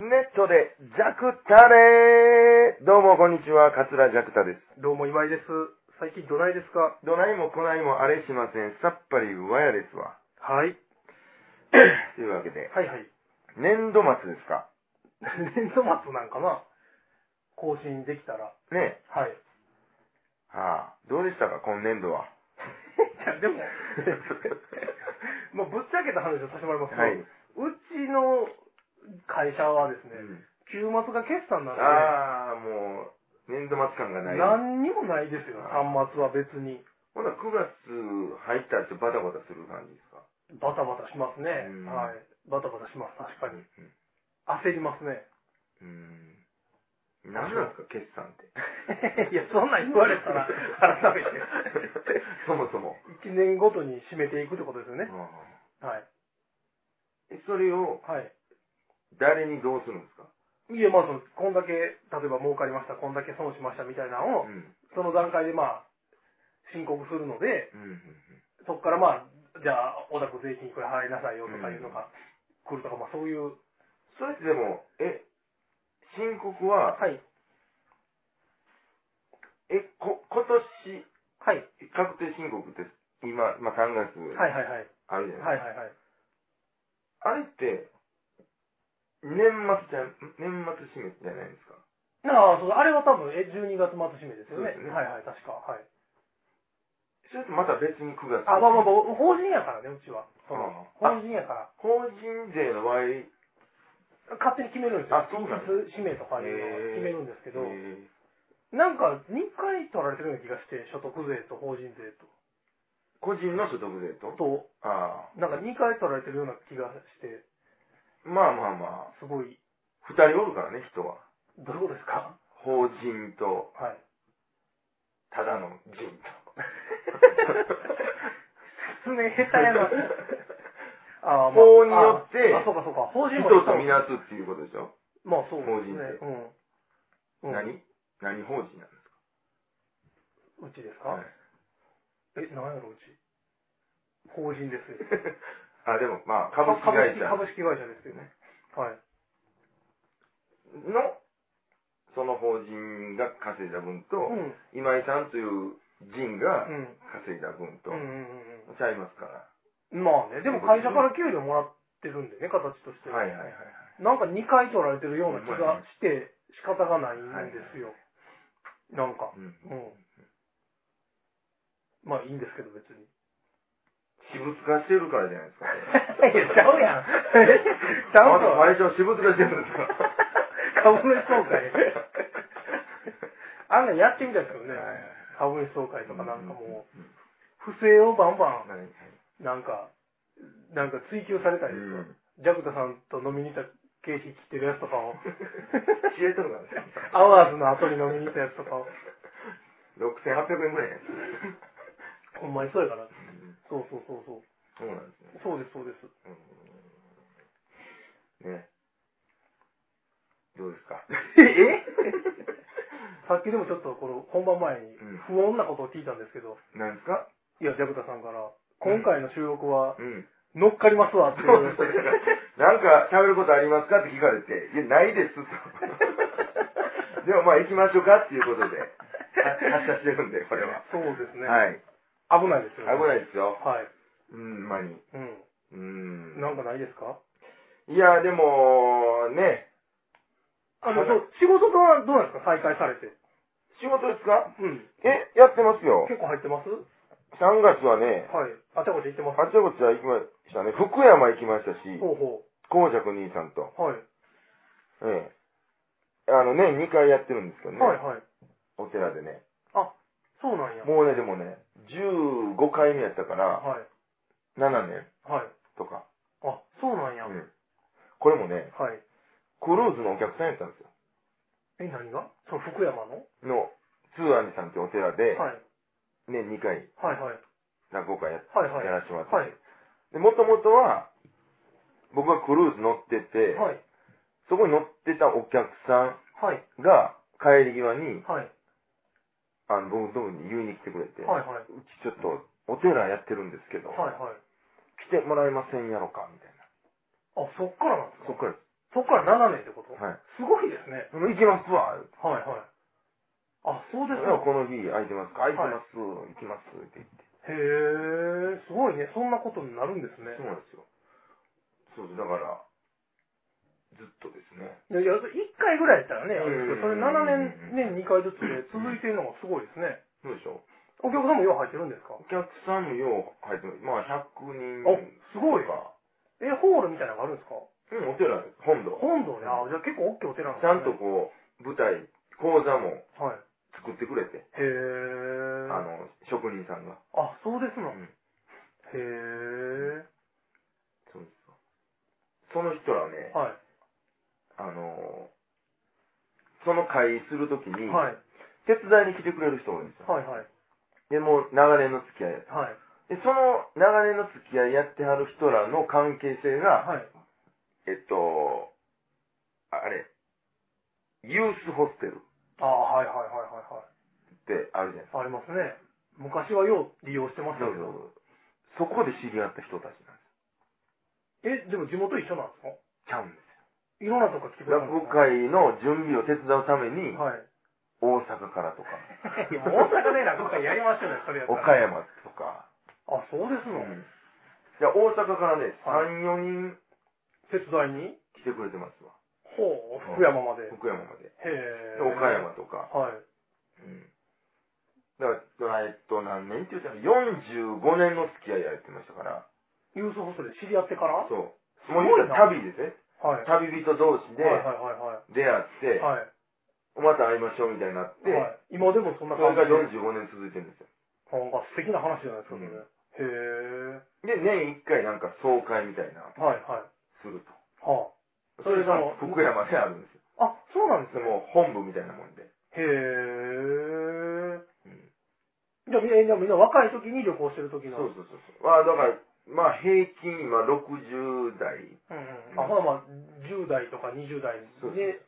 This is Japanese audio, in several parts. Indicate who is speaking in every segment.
Speaker 1: ネットで、ザクタレーどうもこんにちは、桂ジャクタです。
Speaker 2: どうも今井です。最近どないですか
Speaker 1: どないもこないもあれしません。さっぱりワヤで すわ。
Speaker 2: はい。
Speaker 1: というわけで、
Speaker 2: はいはい。
Speaker 1: 年度末ですか
Speaker 2: 年度末なんかな更新できたら。
Speaker 1: ね
Speaker 2: はい。
Speaker 1: はあ、どうでしたか、今年度
Speaker 2: い
Speaker 1: は。
Speaker 2: や、でも、 まあ、ぶっちゃけた話をさせてもらいますけど、
Speaker 1: はい。
Speaker 2: うちの会社はですね、
Speaker 1: うん
Speaker 2: 週末が決算なんで、
Speaker 1: ああ、もう、年度末感がない。
Speaker 2: 何にもないですよ、端末は別に。
Speaker 1: ほな、9月入ったってバタバタする感じですか
Speaker 2: バタバタしますね
Speaker 1: うん。
Speaker 2: はい。バタバタします、確かに。
Speaker 1: うん
Speaker 2: 焦ります ね。
Speaker 1: うん。何なんですか、決算って。
Speaker 2: いや、そんなん言われたら、改 めて。
Speaker 1: そもそも。
Speaker 2: 1年ごとに締めていくってことですよね。
Speaker 1: あ
Speaker 2: はい。
Speaker 1: あえそれを
Speaker 2: はい。
Speaker 1: 誰にどうするんですか
Speaker 2: いや、まあ、その、こんだけ、例えば儲かりました、こんだけ損しましたみたいなのを、
Speaker 1: ん。
Speaker 2: その段階でまあ、申告するので、
Speaker 1: うんうんうん。
Speaker 2: そこからまあ、じゃあ、お宅税金いくら払いなさいよとかいうのが来るとか、まあ、そういう、
Speaker 1: それってでも、え、申告は、
Speaker 2: はい、
Speaker 1: え、こ、今年、
Speaker 2: はい、はい
Speaker 1: 確定申告って今、まあ、3月
Speaker 2: はいはい、はい
Speaker 1: あるじゃない
Speaker 2: はい
Speaker 1: です
Speaker 2: はい。
Speaker 1: か。あれって、年末じゃ、年末締めじゃないですか。
Speaker 2: ああ、そう、あれは多分、え、12月末締めですよね。
Speaker 1: そうですね
Speaker 2: はいはい、確か。はい。
Speaker 1: それとまた別に9月。
Speaker 2: あ、まあまあまあ、法人やからね、うちは。その
Speaker 1: ああ
Speaker 2: 法人やから。
Speaker 1: 法人税の場合、え
Speaker 2: 勝手に決めるんですよ。
Speaker 1: あそうなんだ
Speaker 2: いつ締めとかいうのを決めるんですけど、
Speaker 1: ー
Speaker 2: なんか、2回取られてるような気がして、所得税と法人税と。
Speaker 1: 個人の所得税と、
Speaker 2: と
Speaker 1: ああ、
Speaker 2: なんか2回取られてるような気がして、
Speaker 1: まあまあまあ、
Speaker 2: すごい、
Speaker 1: 二人おるからね、人は。
Speaker 2: どうですか
Speaker 1: 法人と、
Speaker 2: はい。
Speaker 1: ただの人と。
Speaker 2: すね、下手や な。あー
Speaker 1: 法によって
Speaker 2: あ、あそうかそうか。法人
Speaker 1: 人
Speaker 2: も。
Speaker 1: とみなすっていうことでしょ、
Speaker 2: まあそう
Speaker 1: 法
Speaker 2: です
Speaker 1: 人
Speaker 2: ねうん。う
Speaker 1: 税。
Speaker 2: ん
Speaker 1: 何何法人なんです
Speaker 2: うちです
Speaker 1: か、
Speaker 2: か、え、なんやろ、うち。法人ですよ。
Speaker 1: あ、でもまあ、株式会社
Speaker 2: 株式株式会社ですよね。はい。
Speaker 1: の、その法人が稼いだ分と、
Speaker 2: うん。
Speaker 1: 今井さんという人が
Speaker 2: うん。
Speaker 1: 稼いだ分と、
Speaker 2: うんうんうん
Speaker 1: ちゃいますから。
Speaker 2: うん。まあね、でも会社から給料もらってるんでね、形としては。
Speaker 1: はいはいはいはい。
Speaker 2: なんか2回取られてるような気がして、仕方がないんですよ。なんか。
Speaker 1: うん
Speaker 2: うん。まあいいんですけど、別に。
Speaker 1: 私物化してるからじゃないですか。
Speaker 2: いやちゃうやんち ゃう
Speaker 1: まだ
Speaker 2: ぞ
Speaker 1: 会社は私物化してるんですか
Speaker 2: 株主総会あんなんやってみたいですよね
Speaker 1: はいはい。
Speaker 2: 株主総会とかなんかもう、
Speaker 1: うん
Speaker 2: 不正をバンバ
Speaker 1: はいはい
Speaker 2: ン、なんか、なんか追求されたり
Speaker 1: う
Speaker 2: とか、
Speaker 1: ん
Speaker 2: ジャクタさんと飲みに行った経費切ってるやつとか を、
Speaker 1: 知れとるからね。
Speaker 2: アワーズの後に飲みに行ったやつとかを、
Speaker 1: 6800円ぐらいや
Speaker 2: ほんまにそうやから。そうそうそうそう。
Speaker 1: そうなんですね。
Speaker 2: そうです、そうです。
Speaker 1: ね。どうですか
Speaker 2: えさっきでもちょっとこの本番前に
Speaker 1: うん
Speaker 2: 不穏なことを聞いたんですけど、
Speaker 1: なんですか
Speaker 2: いや、ジャクタさんから、今回の収録は
Speaker 1: うん。
Speaker 2: 乗っかりますわって
Speaker 1: そ
Speaker 2: いうう。
Speaker 1: そうなんか喋ることありますかって聞かれて、いや、ないです と。でもまあ行きましょうかっていうことで、は発射してるんで、これは。
Speaker 2: そうですね。
Speaker 1: はい。
Speaker 2: 危ないですよ、ね。
Speaker 1: 危
Speaker 2: い。
Speaker 1: ないですよ。
Speaker 2: はい。
Speaker 1: うん、まに。
Speaker 2: う
Speaker 1: うん
Speaker 2: ん。。なんかないですか
Speaker 1: いや、でも、ね、
Speaker 2: あ
Speaker 1: は
Speaker 2: の、
Speaker 1: い
Speaker 2: そう仕事はどうなんですか再開されて。
Speaker 1: 仕事ですか
Speaker 2: うん。
Speaker 1: え、やってますよ。
Speaker 2: 結構入ってます
Speaker 1: 3月はね、
Speaker 2: はい。あちゃこちゃ行ってます。
Speaker 1: あちゃこちゃ行きましたね。福山行きましたし、
Speaker 2: ほうほ
Speaker 1: 紅雀兄さんと。
Speaker 2: う。はい。
Speaker 1: ええ。あのね、2回やってるんですけどね。
Speaker 2: はいはい。
Speaker 1: お寺でね。
Speaker 2: そうなんや。
Speaker 1: もうね、でもね、15回目やったから、
Speaker 2: はい。
Speaker 1: 7年
Speaker 2: はい。
Speaker 1: とか。
Speaker 2: あ、そうなんや。
Speaker 1: う
Speaker 2: はい。
Speaker 1: んこれもね、クルーズのお客さんやったんですよ。
Speaker 2: え、何がその福山の
Speaker 1: の、ツーアニさんってお寺で、
Speaker 2: はい。
Speaker 1: ね、2回、
Speaker 2: はいはい。
Speaker 1: 落語会やっ
Speaker 2: はいはい。
Speaker 1: やらせてもらって。
Speaker 2: はい。
Speaker 1: で、もともとは、僕がクルーズ乗ってて、
Speaker 2: はい。
Speaker 1: そこに乗ってたお客さ
Speaker 2: はい。
Speaker 1: んが、帰り際に、
Speaker 2: はい。
Speaker 1: あの、僕のとこに言いに来てくれて、
Speaker 2: はいはいう
Speaker 1: ちちょっと、お寺やってるんですけど、
Speaker 2: はいはい。
Speaker 1: 来てもらえませんやろか、みたい
Speaker 2: あ、
Speaker 1: な。
Speaker 2: そっからなんです
Speaker 1: そっ
Speaker 2: か
Speaker 1: から、
Speaker 2: そっから7年ってこと
Speaker 1: はい。
Speaker 2: すごいですね。
Speaker 1: その行きますわ、言うて
Speaker 2: はいはい。あ、そうです
Speaker 1: い
Speaker 2: か
Speaker 1: や。この日空いてますか空いて
Speaker 2: はい
Speaker 1: ます、行きますって言って。
Speaker 2: へえ、すごいね。そんなことになるんですね
Speaker 1: そう。なんですよ。そうです、だから、ずっとですね。
Speaker 2: いや、1回ぐらいやったらね、あれですけどそれ
Speaker 1: うん
Speaker 2: 7年、年2回ずつで続いてるのがすごいですね。
Speaker 1: そうでしょ
Speaker 2: お客さんもよう入ってるんですか
Speaker 1: お客さんもよう入ってます。まあ、100人。
Speaker 2: あすごい
Speaker 1: か。
Speaker 2: え、ホールみたいなのがあるんですか
Speaker 1: うん、お寺です、本堂。
Speaker 2: 本堂ね。あ、じゃあ結構大きいお寺なん
Speaker 1: ちゃんと
Speaker 2: ですね。
Speaker 1: こう、舞台、講座も
Speaker 2: と。はい。
Speaker 1: 作ってくれて、
Speaker 2: へえ。
Speaker 1: あの、職人さんが。
Speaker 2: あ、そうです
Speaker 1: う
Speaker 2: の。へ
Speaker 1: ん、
Speaker 2: え。
Speaker 1: そうですよその人らね、
Speaker 2: は
Speaker 1: あの、その会するとき
Speaker 2: い。
Speaker 1: に、
Speaker 2: はい。
Speaker 1: 手伝いに来てくれる人多いんですよ。
Speaker 2: はいはい。
Speaker 1: で、もう長年の付き合い。
Speaker 2: はい。
Speaker 1: で、その長年の付き合いやってはる人らの関係性が、
Speaker 2: はい。
Speaker 1: えっと、あれ、ユースホステルっ
Speaker 2: あはいはいはいはいはい。
Speaker 1: てあるじゃないですか。
Speaker 2: ありますね。昔はよう利用してました
Speaker 1: そ
Speaker 2: け
Speaker 1: う
Speaker 2: ど。
Speaker 1: そうそこで知り合った人たちなん
Speaker 2: え、
Speaker 1: で
Speaker 2: でも地元一緒なんですか
Speaker 1: す。ちゃうんで
Speaker 2: いろんなとこ来て
Speaker 1: す
Speaker 2: く
Speaker 1: よ。
Speaker 2: れたん
Speaker 1: 落語
Speaker 2: ですか
Speaker 1: 会の準備を手伝うために、
Speaker 2: はい。
Speaker 1: 大阪からとか、
Speaker 2: いや、大阪で落語会やりましたね、それやった
Speaker 1: 岡
Speaker 2: ら。
Speaker 1: 山とか。
Speaker 2: あ、そうですの。
Speaker 1: じゃあ大阪からね、
Speaker 2: はい
Speaker 1: 3、4人
Speaker 2: 手伝いに
Speaker 1: 来てくれてますわ。
Speaker 2: ほう、福山まで。へ
Speaker 1: 福山まで。
Speaker 2: え。
Speaker 1: で岡。山とか。
Speaker 2: はい。
Speaker 1: うん。だから、えっと、何年って言ったら、45年の付き合いやってましたから。
Speaker 2: ユースホストで知り合ってからはい。
Speaker 1: そう。
Speaker 2: すご
Speaker 1: も
Speaker 2: いうな
Speaker 1: 言ったら旅ですね。
Speaker 2: はいは
Speaker 1: 旅人同士
Speaker 2: い
Speaker 1: で
Speaker 2: は
Speaker 1: 出会
Speaker 2: い
Speaker 1: って、
Speaker 2: はい。はい。
Speaker 1: また会いましょうみたいになって、
Speaker 2: はい、今でもそんな
Speaker 1: それ
Speaker 2: 感じ
Speaker 1: が
Speaker 2: で。
Speaker 1: 45年続いてるんですよ。
Speaker 2: なんか素敵な話じゃないですか、それ。
Speaker 1: うん
Speaker 2: へえ。
Speaker 1: で、年1回なんか総会みたいな、
Speaker 2: はいはい。
Speaker 1: すると。
Speaker 2: は
Speaker 1: それが
Speaker 2: それが
Speaker 1: 福山であるんですよ。
Speaker 2: あ。あ、そうなんです
Speaker 1: それ
Speaker 2: ね。
Speaker 1: もう本部みたいなもんで。
Speaker 2: へえ。
Speaker 1: うん
Speaker 2: じゃあみんな、じゃあみんな若い時に旅行してる時の。
Speaker 1: そうそうそうそう。まあだから、まあ平均今60代。
Speaker 2: うんうん。あ、まあまあ、10代とか20代
Speaker 1: そう
Speaker 2: で、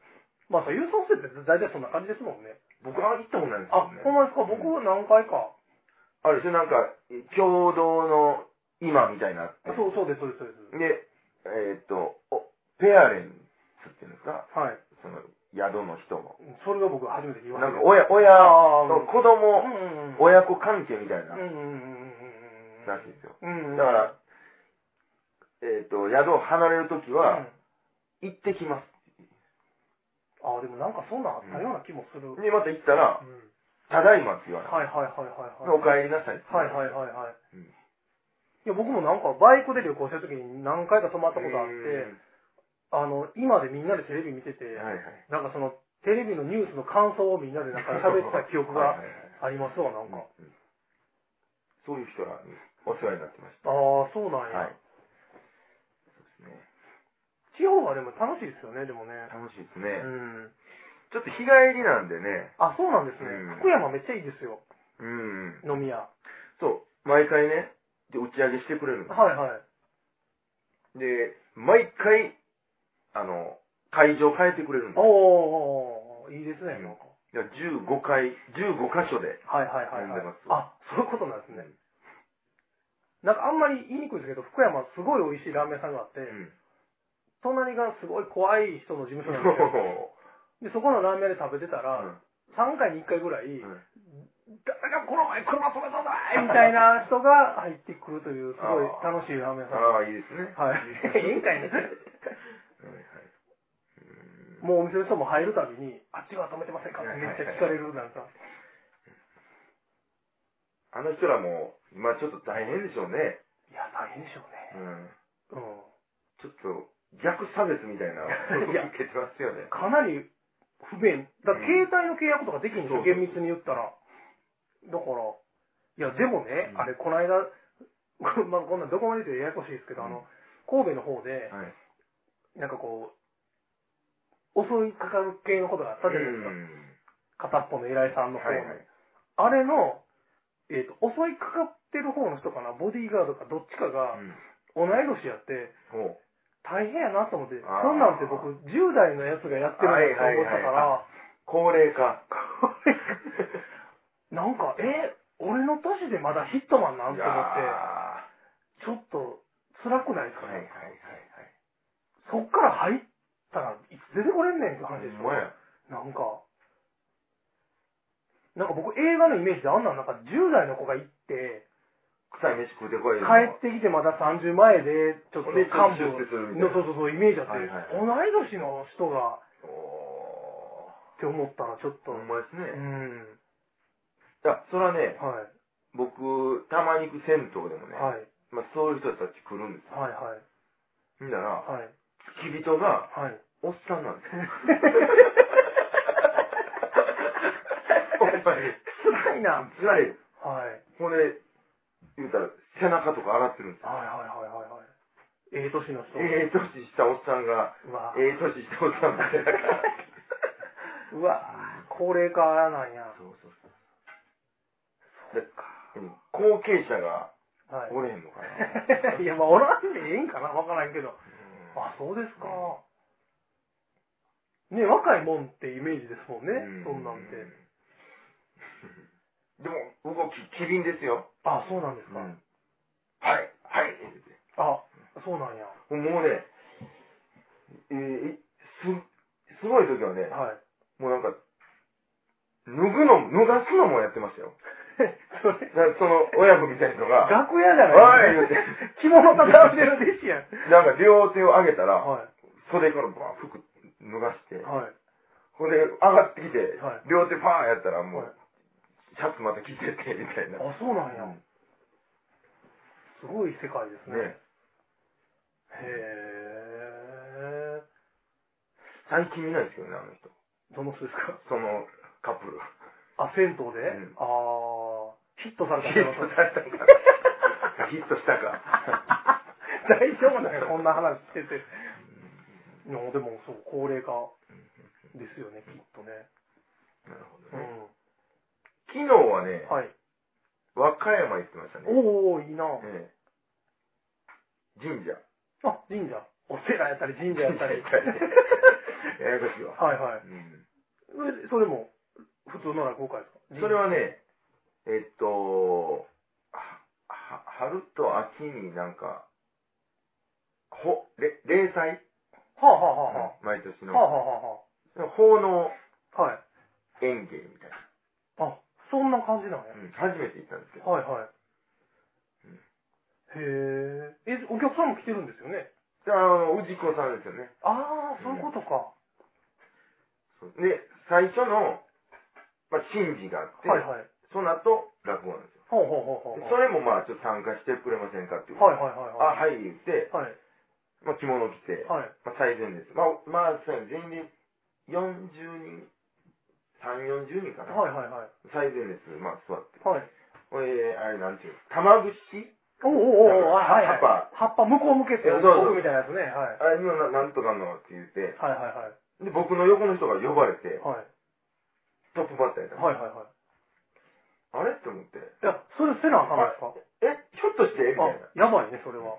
Speaker 2: まあさ、郵送してって大体そんな感じですもんね。
Speaker 1: 僕は行ったことないんです
Speaker 2: あ
Speaker 1: よ、
Speaker 2: ほんま
Speaker 1: ね。
Speaker 2: ですか僕何回か。
Speaker 1: あれですよ、なんか、共同の今みたいなのあって。
Speaker 2: そう、そうです、そうです、そうです。
Speaker 1: で、えーっと、おペアレンツっていうんですか
Speaker 2: はい。
Speaker 1: その、宿の人も。
Speaker 2: それが僕初めて聞きま
Speaker 1: な
Speaker 2: した
Speaker 1: んか
Speaker 2: けど。
Speaker 1: 親、親、
Speaker 2: あー
Speaker 1: 子
Speaker 2: う
Speaker 1: 供、
Speaker 2: んうんうん。
Speaker 1: 親子関係みたいな
Speaker 2: うんうんうんうん。
Speaker 1: らしいですよ。
Speaker 2: うんうん。
Speaker 1: だから、えーっと、宿を離れるとき
Speaker 2: うん、
Speaker 1: は、行ってきます。
Speaker 2: ああ、でもなんかそんなんあったような気もする。うん。
Speaker 1: で、また行ったら、
Speaker 2: は
Speaker 1: ただいまって言われる。
Speaker 2: いはいはいはいはい。
Speaker 1: お帰りなさいって言わ
Speaker 2: は
Speaker 1: れ
Speaker 2: い
Speaker 1: て
Speaker 2: はいはいはい。
Speaker 1: うん
Speaker 2: いや、僕もなんかバイクで旅行した時に何回か泊まったことあっ
Speaker 1: う
Speaker 2: て、
Speaker 1: ん
Speaker 2: あの、今でみんなでテレビ見てて、
Speaker 1: はいはい。
Speaker 2: なんかその、テレビのニュースの感想をみんなでなんか喋ってた記憶
Speaker 1: は
Speaker 2: があ
Speaker 1: いはいはい
Speaker 2: りますわ、なん
Speaker 1: うん
Speaker 2: か。
Speaker 1: うんそういう人らにお世話になってまし
Speaker 2: ああ、そうな
Speaker 1: た。
Speaker 2: んや。
Speaker 1: はい。そうですね。
Speaker 2: 地方はでも楽しいですよね、でもね。
Speaker 1: 楽しいです
Speaker 2: う
Speaker 1: ね。
Speaker 2: ん。
Speaker 1: ちょっと日帰りなんでね。
Speaker 2: あ、そうなんですね
Speaker 1: うん。
Speaker 2: 福山めっちゃいいですよ、
Speaker 1: うん。
Speaker 2: 飲み屋。は
Speaker 1: そう。毎回ね、で打ち上げしてくれるん
Speaker 2: い
Speaker 1: で
Speaker 2: はい。
Speaker 1: す。で、毎回、あの、会場変えてくれるんです。
Speaker 2: おー、いいですね、なんか。
Speaker 1: だから15回、15箇所で。
Speaker 2: はいはいはい、
Speaker 1: 飲ん
Speaker 2: は
Speaker 1: で
Speaker 2: い
Speaker 1: ます。
Speaker 2: あ、そういうことなんですね。なんかあんまり言いにくいですけど、福山すごい美味しいラーメン屋さんがあって、
Speaker 1: うん。
Speaker 2: 隣がすごい怖い人の事務所なんですよ。 で、そこのラーメン屋で食べてたら、3回に1回ぐらい、
Speaker 1: うん
Speaker 2: 誰がこの前車止めたんだいみたいな人が入ってくるという、すごい
Speaker 1: あー
Speaker 2: 楽しいラーメン屋さん。
Speaker 1: ああ、いいですね。
Speaker 2: はい い いんかいね
Speaker 1: はいはい。うん
Speaker 2: もうお店の人も入るたびに、あっちは止めてませんかってめっちゃ聞かれるなんか。
Speaker 1: あの人らも、今ちょっと大変でしょうね。
Speaker 2: いや、大変でしょうね。
Speaker 1: うん。
Speaker 2: うん。
Speaker 1: ちょっと、逆差別みたいな、
Speaker 2: いや
Speaker 1: 受けてますよね。
Speaker 2: かなり不便。だから
Speaker 1: うん
Speaker 2: 携帯の契約とかできんでし
Speaker 1: そうそ
Speaker 2: ょ、
Speaker 1: う
Speaker 2: 厳密に言ったら。だから、いや、でもね、
Speaker 1: うん
Speaker 2: あれ、この間、 これまあ、こんなんどこまで言ってややこしいですけど、あの、神戸の方で、
Speaker 1: はい。
Speaker 2: なんかこう、襲いかかる系のことがあったじゃないですか。片っぽの偉いさんの方
Speaker 1: は
Speaker 2: に。
Speaker 1: いはい。
Speaker 2: あれの、えっ、と、襲いかかってる方の人かな、ボディーガードかどっちかが、
Speaker 1: うん
Speaker 2: 同い年やって、
Speaker 1: ほ
Speaker 2: 大変やなと思って、
Speaker 1: あー
Speaker 2: そんなんて僕、10代のやつがやってるんだと思ってたから、
Speaker 1: 高齢化。
Speaker 2: なんか、え、俺の年でまだヒットマン なん
Speaker 1: い
Speaker 2: て
Speaker 1: やー
Speaker 2: 思っ
Speaker 1: は
Speaker 2: て、ちょっと辛くないです
Speaker 1: い
Speaker 2: か
Speaker 1: はいはい
Speaker 2: ね。そっから入ったらいつ出てこれんねんって
Speaker 1: はい。
Speaker 2: 話でし
Speaker 1: ほん
Speaker 2: ょ
Speaker 1: ま。や
Speaker 2: なんか、なんか僕映画のイメージであんなんなんか10代の子が行って、
Speaker 1: 臭い飯食うてこいよ。
Speaker 2: 帰ってきてまだ30前で、ちょっと
Speaker 1: で
Speaker 2: 幹
Speaker 1: ちょっと出世するみ
Speaker 2: 部
Speaker 1: たい
Speaker 2: の、
Speaker 1: な
Speaker 2: そうそうそう、イメージあって、
Speaker 1: はいはいはい
Speaker 2: 同い年の人が
Speaker 1: お
Speaker 2: って思ったらちょっ
Speaker 1: ー。
Speaker 2: と、
Speaker 1: ほんまです
Speaker 2: う
Speaker 1: ね。
Speaker 2: ん、
Speaker 1: いや、それはね、
Speaker 2: は
Speaker 1: 僕、たまに行く銭湯でも
Speaker 2: い、
Speaker 1: ね、
Speaker 2: はい、
Speaker 1: まあそういう人たち来るんです
Speaker 2: はい、はい。
Speaker 1: よ。んだら、
Speaker 2: はい。
Speaker 1: 付き人が、
Speaker 2: はい。。
Speaker 1: おっさんなんですよ ほんまに。
Speaker 2: 辛いな。
Speaker 1: 辛いよ。
Speaker 2: はい。
Speaker 1: ほんで、言うたら、背中とか洗ってるんですよ。
Speaker 2: はいはいはいはいはい。ええ年の人。
Speaker 1: ええ年したおっさんが、
Speaker 2: うわ、
Speaker 1: ええ年したおっさんみたいな感
Speaker 2: うわ高齢化なんや。
Speaker 1: じ。そうそうそう。ででも後継者が
Speaker 2: はい。
Speaker 1: おれへんのかな。
Speaker 2: いや、まあ、おらんでええんかなわからんけど。
Speaker 1: うん
Speaker 2: あ、そうですか。ね、若いもんってイメージですもんね。
Speaker 1: う
Speaker 2: そんなんて。
Speaker 1: でも、僕はきキリンですよ。
Speaker 2: あ、そうなんですか。
Speaker 1: はい、はい。言うて
Speaker 2: あ、そうなんや。
Speaker 1: もうね、えー、す、すごい時はね、
Speaker 2: はい。
Speaker 1: もうなんか、脱ぐのも、脱がすのもやってましたよ。
Speaker 2: それ
Speaker 1: だからその親子みたいなのが、
Speaker 2: 楽屋じゃない
Speaker 1: おい言うて
Speaker 2: 着物畳んでる弟子やん。
Speaker 1: なんか両手を上げたら、
Speaker 2: は
Speaker 1: 袖からバーン服脱がして
Speaker 2: い。、はい。
Speaker 1: ほんで上がってきて
Speaker 2: は、
Speaker 1: 両手パーンやったらも、
Speaker 2: はいう
Speaker 1: シャツまた着てて、みたいな。
Speaker 2: あ、そうなんや。
Speaker 1: うん
Speaker 2: すごい世界ですね。
Speaker 1: ね
Speaker 2: へえ。
Speaker 1: 最近見ないですけどね、あの人。
Speaker 2: どの人ですか
Speaker 1: そのカップル。
Speaker 2: あ、銭湯で、
Speaker 1: うん
Speaker 2: ああヒットされたん
Speaker 1: ヒ
Speaker 2: ちゃい
Speaker 1: ッ
Speaker 2: ま
Speaker 1: ト
Speaker 2: す
Speaker 1: されたか。ヒットしたか。
Speaker 2: 大丈夫だよ、こんな話してて。いやでも、そう、高齢化ですよね、きっとね。
Speaker 1: なるほど
Speaker 2: う
Speaker 1: ね。
Speaker 2: ん。
Speaker 1: 昨日はね、
Speaker 2: はい。
Speaker 1: 和歌山行ってましたね。
Speaker 2: おー、いいな。
Speaker 1: ええ神社。
Speaker 2: あ、神社。お寺やったり、神社やったり。
Speaker 1: 神社やったり ややこしい わ。
Speaker 2: はいはい。
Speaker 1: うん
Speaker 2: えそれも、普通の落語会ですか
Speaker 1: それはね、えっと、はは春と秋になんか、ほ、れ霊祭
Speaker 2: はあはあはあはあ。
Speaker 1: 毎年
Speaker 2: はあ
Speaker 1: の。
Speaker 2: は
Speaker 1: 奉納
Speaker 2: あはあ。はい。
Speaker 1: 園芸みたいな。
Speaker 2: あ、そんな感じなんや。
Speaker 1: うん初めて行ったんですけど。
Speaker 2: はいはい。へえ。え、お客さんも来てるんですよね。
Speaker 1: であの、氏子さんですよね。
Speaker 2: ああ、そういうことか。
Speaker 1: そうで、最初の、まあ、神事があって、
Speaker 2: はいはい。
Speaker 1: その後、落語なんですよ。
Speaker 2: ほうほうほうほう。
Speaker 1: でそれもまあ、ちょっと参加してくれませんかっていう。
Speaker 2: はいはいはい
Speaker 1: あ、
Speaker 2: はい。
Speaker 1: はい、言って、
Speaker 2: はい。
Speaker 1: まあ、着物着て、
Speaker 2: はい。
Speaker 1: まあ、最善です。まあ、まあ、そう全員で40人、3、40人かな。
Speaker 2: はいはいはい。
Speaker 1: 最善です。まあ、座って。
Speaker 2: はい。
Speaker 1: これ、あれ、なんていうの玉串
Speaker 2: おおおお、はいはい。葉っぱ向こう向けて奥みたいなやつね。はい。
Speaker 1: あれのな、なんとかのって言って、
Speaker 2: はいはいはい。
Speaker 1: で、僕の横の人が呼ばれて、
Speaker 2: はい。
Speaker 1: トップバッターやったの、
Speaker 2: はいはいはい。
Speaker 1: あれって思って、
Speaker 2: いや、それせなあかんですか
Speaker 1: え、ちょっとしてみたい
Speaker 2: あ、や
Speaker 1: な。
Speaker 2: ばいね、それ は。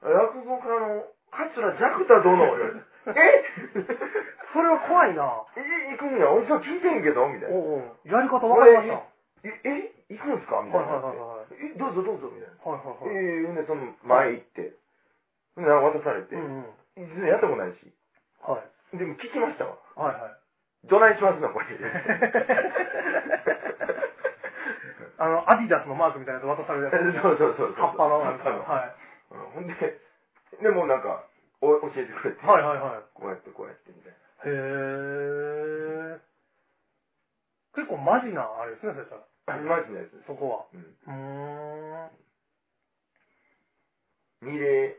Speaker 1: 落語家の桂寂太殿を言 われてえ
Speaker 2: それは怖いな。
Speaker 1: え、行くんや、俺さ聞いてんけどみたいな。
Speaker 2: おおやり方わかりました。
Speaker 1: え、え、行くんすかみたい
Speaker 2: はい
Speaker 1: な
Speaker 2: はいはいはい。
Speaker 1: え、どうぞどうぞみたいな。
Speaker 2: はいはいはい。
Speaker 1: ええ、で、その前行って、ほんで渡されて、
Speaker 2: う
Speaker 1: 全
Speaker 2: んうん。
Speaker 1: 然やったことないし。
Speaker 2: はい。
Speaker 1: でも聞きましたわ。
Speaker 2: はいはい。
Speaker 1: どないしますの これ。
Speaker 2: あの、アディダスのマークみたいなやつ渡されるやつ。
Speaker 1: そうそうそうそう。
Speaker 2: 葉っぱのなんか。
Speaker 1: 葉っぱの
Speaker 2: はい。
Speaker 1: うんほんで、でもうなんか、お教えてくれて、
Speaker 2: はいはいはい。
Speaker 1: こうやってこうやってみたいな。
Speaker 2: へー。結構マジな、あれですね、そしたら。
Speaker 1: あマジなやつです。
Speaker 2: そこは。
Speaker 1: うん
Speaker 2: うーん。
Speaker 1: 二礼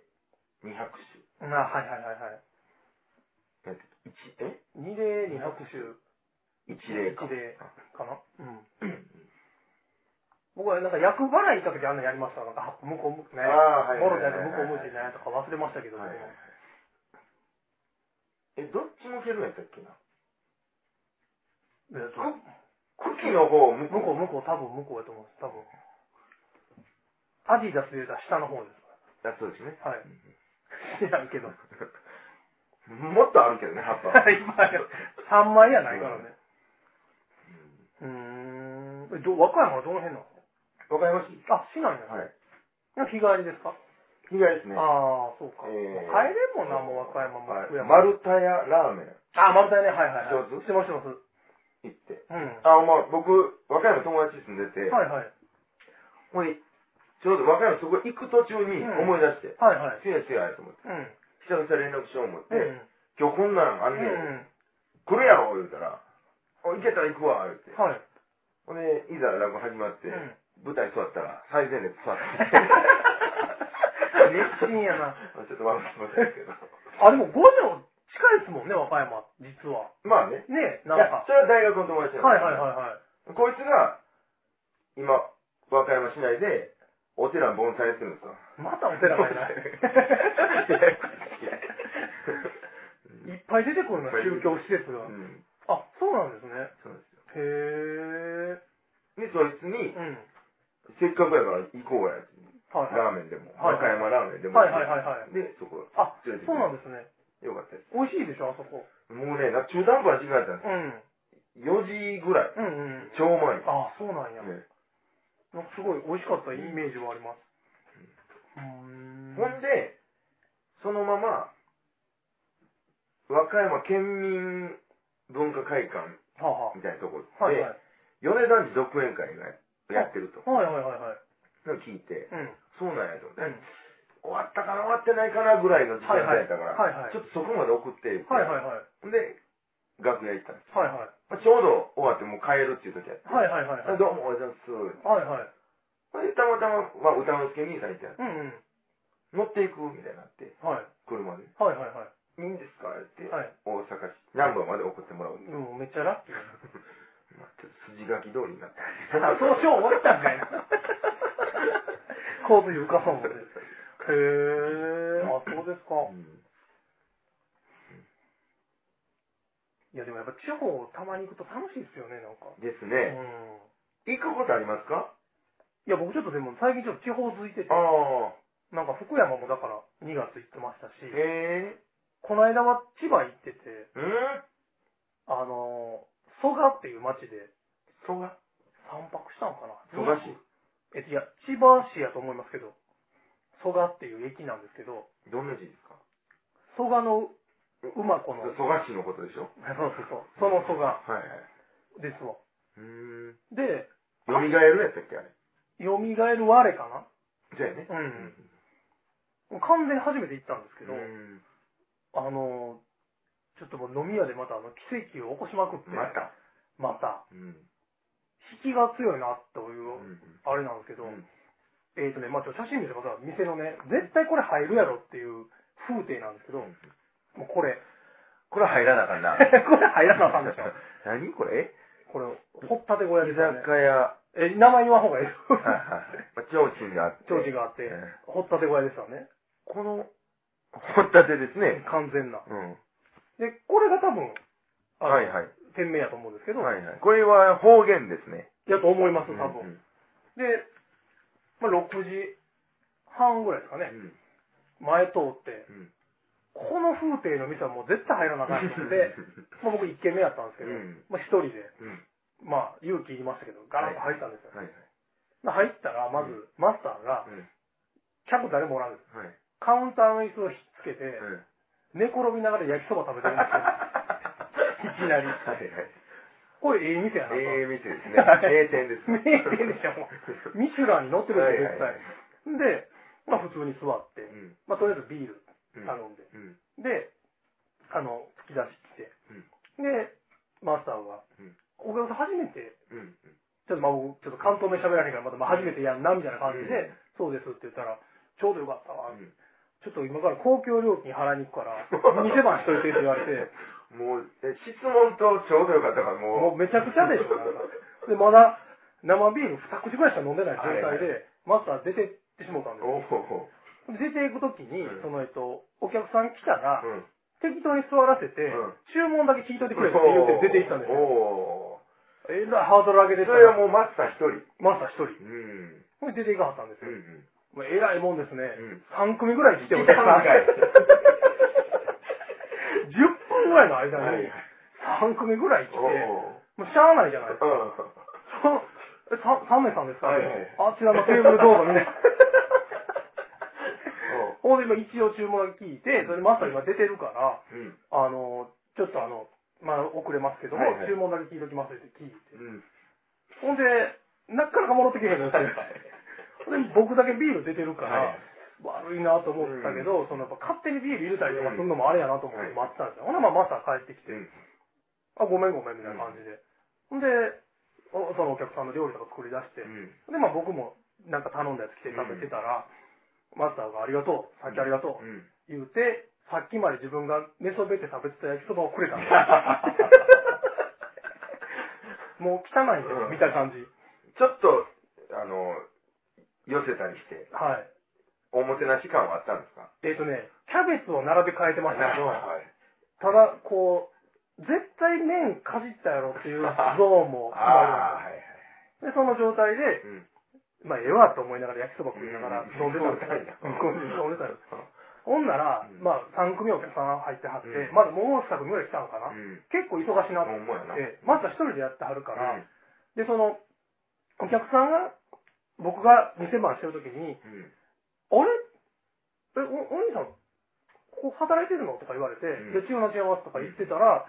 Speaker 1: 二拍手。
Speaker 2: な、はいはいはいはい。
Speaker 1: なんて一、え
Speaker 2: 二例二拍手
Speaker 1: 一礼か。
Speaker 2: 一礼かなうん。
Speaker 1: うん
Speaker 2: 僕はなんか役払い行った時あんなやりました。なんか、は向こう向くね。
Speaker 1: ああ、はい。
Speaker 2: ボロじゃなく向こう向いて
Speaker 1: はい
Speaker 2: ねとか忘れましたけど、
Speaker 1: はいはい。え、どっち向けるんやったっけな
Speaker 2: でもえっと
Speaker 1: 茎の方を向
Speaker 2: 向こう向こ
Speaker 1: こう。
Speaker 2: う多分向こうやと思うんです多分アディダスで言うたら下の方で
Speaker 1: あ、そうですね。
Speaker 2: すはい 知らん けど
Speaker 1: もっとあるけどね、葉っぱ。
Speaker 2: 3枚やないからねうーん。えど和歌山はどの辺なの
Speaker 1: わかります
Speaker 2: あ、市なんや。
Speaker 1: はい。
Speaker 2: 日帰りですか、
Speaker 1: 被害ですね。
Speaker 2: ああ、そうか。
Speaker 1: えー
Speaker 2: もう帰れんもんな、もう和歌山も
Speaker 1: はい
Speaker 2: 福山も。
Speaker 1: 丸太屋ラーメン
Speaker 2: あ、丸太ね、はいはいはい。
Speaker 1: 上手
Speaker 2: してます、してます。う
Speaker 1: 行って。
Speaker 2: ん。は
Speaker 1: あ、まあ僕、和歌山友達住んでて、
Speaker 2: いはい。
Speaker 1: ほんでちょうど和歌山そこ行く途中に
Speaker 2: うん
Speaker 1: 思い出して、
Speaker 2: はいはい。
Speaker 1: せやせやと思って、
Speaker 2: うん。
Speaker 1: 久々連絡しよう思って、
Speaker 2: うん。
Speaker 1: 今日こんなんあんねん、
Speaker 2: うん。
Speaker 1: 来るやろ言うたら、お行けたら行くわ、言うて。
Speaker 2: はい。
Speaker 1: ほんで、いざ落語始まって、
Speaker 2: うん
Speaker 1: 舞台座ったら最前列座って
Speaker 2: 熱心やな。
Speaker 1: ちょっと笑ってませんけど。
Speaker 2: あ、でも5秒近いですもんね、和歌山、実は。
Speaker 1: まあね。
Speaker 2: ねえ、
Speaker 1: いや
Speaker 2: なんか。
Speaker 1: それは大学の友達
Speaker 2: はい
Speaker 1: なんです
Speaker 2: はいはいはい。
Speaker 1: こいつが、今、和歌山市内で、お寺の盆栽やってるんですよ。
Speaker 2: またお寺がいない。いっぱい出てくるな、宗教施設が
Speaker 1: う。ん、
Speaker 2: あ、そうなんですね。
Speaker 1: そうで
Speaker 2: へえ。
Speaker 1: すよ。で、そいつに
Speaker 2: う、ん。
Speaker 1: せっかくやから行こうやって、
Speaker 2: はいはい。
Speaker 1: ラーメンでも、
Speaker 2: はい
Speaker 1: 和歌山ラーメンでも、
Speaker 2: はいはいはいはい
Speaker 1: で、そこ、
Speaker 2: あ、
Speaker 1: 連れて
Speaker 2: そうなん
Speaker 1: ん
Speaker 2: ですね。
Speaker 1: よかったです。
Speaker 2: 美味しいでしょ、あそこ。
Speaker 1: もうね、な中途半端な時間やったんで
Speaker 2: うん。
Speaker 1: す。4時ぐらい。
Speaker 2: うんうん。
Speaker 1: 超前に。
Speaker 2: あ、そうなんや。
Speaker 1: ね
Speaker 2: なんかすごい美味しかったイメージはあります。うーん。
Speaker 1: ほんで、そのまま、和歌山県民文化会館
Speaker 2: はあは
Speaker 1: みたいなとこで、
Speaker 2: あ。はいはい。
Speaker 1: 米男児独演会がやってると、
Speaker 2: はいはいはいはい。
Speaker 1: のを聞いて、
Speaker 2: うん。
Speaker 1: そうなんやと思って、
Speaker 2: うん
Speaker 1: 終わったかな、終わってないかなぐらいの時間帯やったから、
Speaker 2: はいはいはいはい
Speaker 1: ちょっとそこまで送って言って、
Speaker 2: はいはいはい。
Speaker 1: で、楽屋行ったんです。
Speaker 2: はいはい。
Speaker 1: まあちょうど終わってもう帰るっていう時やって、
Speaker 2: はいはいはいはい。
Speaker 1: どうもおはようございます。
Speaker 2: はいはい。
Speaker 1: ほんで、たまたま、まあ、歌之助兄さんいて、
Speaker 2: うんうん。
Speaker 1: 乗っていくみたいになって、
Speaker 2: はい。
Speaker 1: 車で。
Speaker 2: はいはいはい
Speaker 1: いんですかって、
Speaker 2: い。はい。
Speaker 1: 大阪市、南部まで送ってもらう。
Speaker 2: うん、めっちゃラッキー。
Speaker 1: まあ、ちょっと筋書き通りになった。
Speaker 2: あそうしよう思ったんかい な交通費浮かそう思って。へえ。あ、そうですか。
Speaker 1: うん
Speaker 2: いや、でもやっぱ地方たまに行くと楽しいですよね、なんか。
Speaker 1: です
Speaker 2: う
Speaker 1: ね。
Speaker 2: ん。
Speaker 1: 行くことありますか
Speaker 2: いや、僕ちょっとでも最近ちょっと地方づいてて、
Speaker 1: ああ。
Speaker 2: なんか福山もだから2月行ってましたし、
Speaker 1: へえ。
Speaker 2: この間は千葉行ってて、
Speaker 1: うん
Speaker 2: あのー、蘇我っていう町で
Speaker 1: 蘇我
Speaker 2: 散泊したのかな
Speaker 1: 蘇我市。
Speaker 2: えっと、いや、千葉市やと思いますけど、蘇我っていう駅なんですけど、
Speaker 1: どんな字ですか
Speaker 2: 蘇我の馬子の、そう
Speaker 1: 蘇我市のことでしょ
Speaker 2: そうそう、その蘇我
Speaker 1: はいはい。
Speaker 2: ですわ。
Speaker 1: うーん。
Speaker 2: で、
Speaker 1: 蘇るやったっけあれ。
Speaker 2: 蘇る我か
Speaker 1: じゃあね。
Speaker 2: なうん。完全に初めて行ったんですけ
Speaker 1: う
Speaker 2: ど、
Speaker 1: ん。
Speaker 2: あのー、ちょっともう飲み屋でまたあの奇跡を起こしまくって、
Speaker 1: また。
Speaker 2: また
Speaker 1: うん。
Speaker 2: 引きが強いなというう、
Speaker 1: ん
Speaker 2: あれなんですけど、
Speaker 1: うん
Speaker 2: えっ、とね、まあ、ちょっと写真見せてください。店のね、絶対これ入るやろっていう風景なんですけど、もうこれ、
Speaker 1: これ入らなあかん な。
Speaker 2: これ入らなあかんでしょ。
Speaker 1: 何これ
Speaker 2: これ、掘ったて小屋
Speaker 1: 居
Speaker 2: です
Speaker 1: 酒
Speaker 2: よね。
Speaker 1: 屋。
Speaker 2: え、名前言わん方がいい。
Speaker 1: はい はい。まあ、提灯があって。
Speaker 2: 提灯があって
Speaker 1: ええ
Speaker 2: 掘ったて小屋でしたね。
Speaker 1: この、掘ったてですね。
Speaker 2: 完全な。
Speaker 1: うん。
Speaker 2: で、これが多分、あの
Speaker 1: はいはい。
Speaker 2: 店名やと思うんですけど、
Speaker 1: はいはい。これは方言ですね。
Speaker 2: やと思います、多分。
Speaker 1: うん
Speaker 2: で、まあ、6時半ぐらいですかね。前通って、
Speaker 1: うん
Speaker 2: この風景の店はもう絶対入らなあかんと思って、 まあ僕1軒目やったんですけど、
Speaker 1: うん
Speaker 2: まあ、1人で、
Speaker 1: うん
Speaker 2: まあ、勇気いりましたけど、ガラッと入ったんですよ。
Speaker 1: はいはい。
Speaker 2: で入ったら、まず、マスターが、
Speaker 1: うん
Speaker 2: 客誰もおらんです。
Speaker 1: はい。
Speaker 2: カウンターの椅子をひっつけて、
Speaker 1: うん
Speaker 2: 寝転びながら焼きそば食べてるんですよ。いきなり
Speaker 1: はいはい。
Speaker 2: これ、ええ店やなと。
Speaker 1: ええ店ですね。名店
Speaker 2: 名店
Speaker 1: です。
Speaker 2: でしょ、もう。ミシュランに載ってるんですよ、絶
Speaker 1: は
Speaker 2: 対。で、ま
Speaker 1: いはい
Speaker 2: あ、普通に座って、
Speaker 1: うん
Speaker 2: まあ、とりあえずビール
Speaker 1: うん
Speaker 2: 頼んで、
Speaker 1: うん
Speaker 2: で、あの、突き出し来て、で、マスターが、
Speaker 1: うん
Speaker 2: お客さん初めて、
Speaker 1: うん
Speaker 2: ちょっとまあ僕、ちょっと関東弁喋らへんから、まだまあ初めてやんな、みたいな感じで、
Speaker 1: うん
Speaker 2: そうですって言ったら、ちょうどよかったわ、
Speaker 1: うん
Speaker 2: ちょっと今から公共料金払いに行く から、店番しといてって言われて、
Speaker 1: もう、え質問とちょうどよかったから、
Speaker 2: も
Speaker 1: もう。
Speaker 2: うめちゃくちゃでしょ、なんか。で、まだ生ビール2口ぐらいしか飲んでない状態
Speaker 1: はい
Speaker 2: で、マスター出てってしもうたんですよ。
Speaker 1: おお。
Speaker 2: 出ていくときに
Speaker 1: うん、
Speaker 2: その人、お客さん来たら
Speaker 1: う、ん。
Speaker 2: 適当に座らせて
Speaker 1: うん、
Speaker 2: 注文だけ聞いといてくれって言って出て行ったんですよ。
Speaker 1: おお。
Speaker 2: えらいハードル上げ
Speaker 1: そ
Speaker 2: てた
Speaker 1: れは
Speaker 2: ら、
Speaker 1: もうマスター一人。
Speaker 2: マスター1人。
Speaker 1: うん。
Speaker 2: ほいで出ていかはったんです
Speaker 1: う
Speaker 2: よ。
Speaker 1: ん。
Speaker 2: もうえらいもんですね。
Speaker 1: うん
Speaker 2: 3組ぐらい来てお客さんが。
Speaker 1: 来てたんかい
Speaker 2: 10分ぐらいの間
Speaker 1: はい
Speaker 2: に、3組ぐらい来て、
Speaker 1: おお。
Speaker 2: もうしゃあないじゃないですか。そうえ、さ3名さんですか、あちらのテーブルどうぞみた いな。ほんで、今一応注文が聞いて、それでマスター今出てるから、
Speaker 1: うん。
Speaker 2: あの、ちょっとあの、まあ遅れますけども、
Speaker 1: はいはい
Speaker 2: 注文だけ聞いときますって聞いて。
Speaker 1: うん。
Speaker 2: ほんで、なかなか戻ってけへんのよ、二人がほんで、僕だけビール出てるから、悪いなと思ったけど、そのやっぱ勝手にビール入れたりとかするのもあれやなと思って待ってたんですよ。ほんで、まあマスター帰ってきて、
Speaker 1: うん。
Speaker 2: あ、ごめんごめんみたいな感じで。ほんで、おそのお客さんの料理とか作り出して、で、まあ僕もなんか頼んだやつ来て食べてたら、マスターがありがとう、さっきありがとう、
Speaker 1: うん。
Speaker 2: 言うて、さっきまで自分が寝そべって食べてた焼きそばをくれたん ですよもう汚いよ、見た感じ。
Speaker 1: ちょっと、あの、寄せたりして、
Speaker 2: はい。
Speaker 1: おもてなし感はあったんですか
Speaker 2: えっ、とね、キャベツを並べ替えてましたけど、
Speaker 1: はい
Speaker 2: ただ、こう、絶対麺かじったやろっていうゾーンも あ
Speaker 1: ああ、はいはい。
Speaker 2: るんです。で、その状態で、
Speaker 1: うん。
Speaker 2: まあ、ええわと思いながら焼きそば食いながら飲んでたんですよ。飲んでたんですほんなら、
Speaker 1: うん
Speaker 2: まあ、3組お客さん入ってはって、
Speaker 1: うん
Speaker 2: まだもう2組ぐらい来たのかな、
Speaker 1: うん。
Speaker 2: 結構忙しいなと思
Speaker 1: ほんま
Speaker 2: っ
Speaker 1: や
Speaker 2: て、まずは一人でやってはるか、、
Speaker 1: から
Speaker 2: で、その、お客さんが、僕が店番してるときに、
Speaker 1: うん。
Speaker 2: あれえ、お、お兄さん、ここ働いてるのとか言われて、
Speaker 1: うん
Speaker 2: で、違うな違いますとか言ってたら、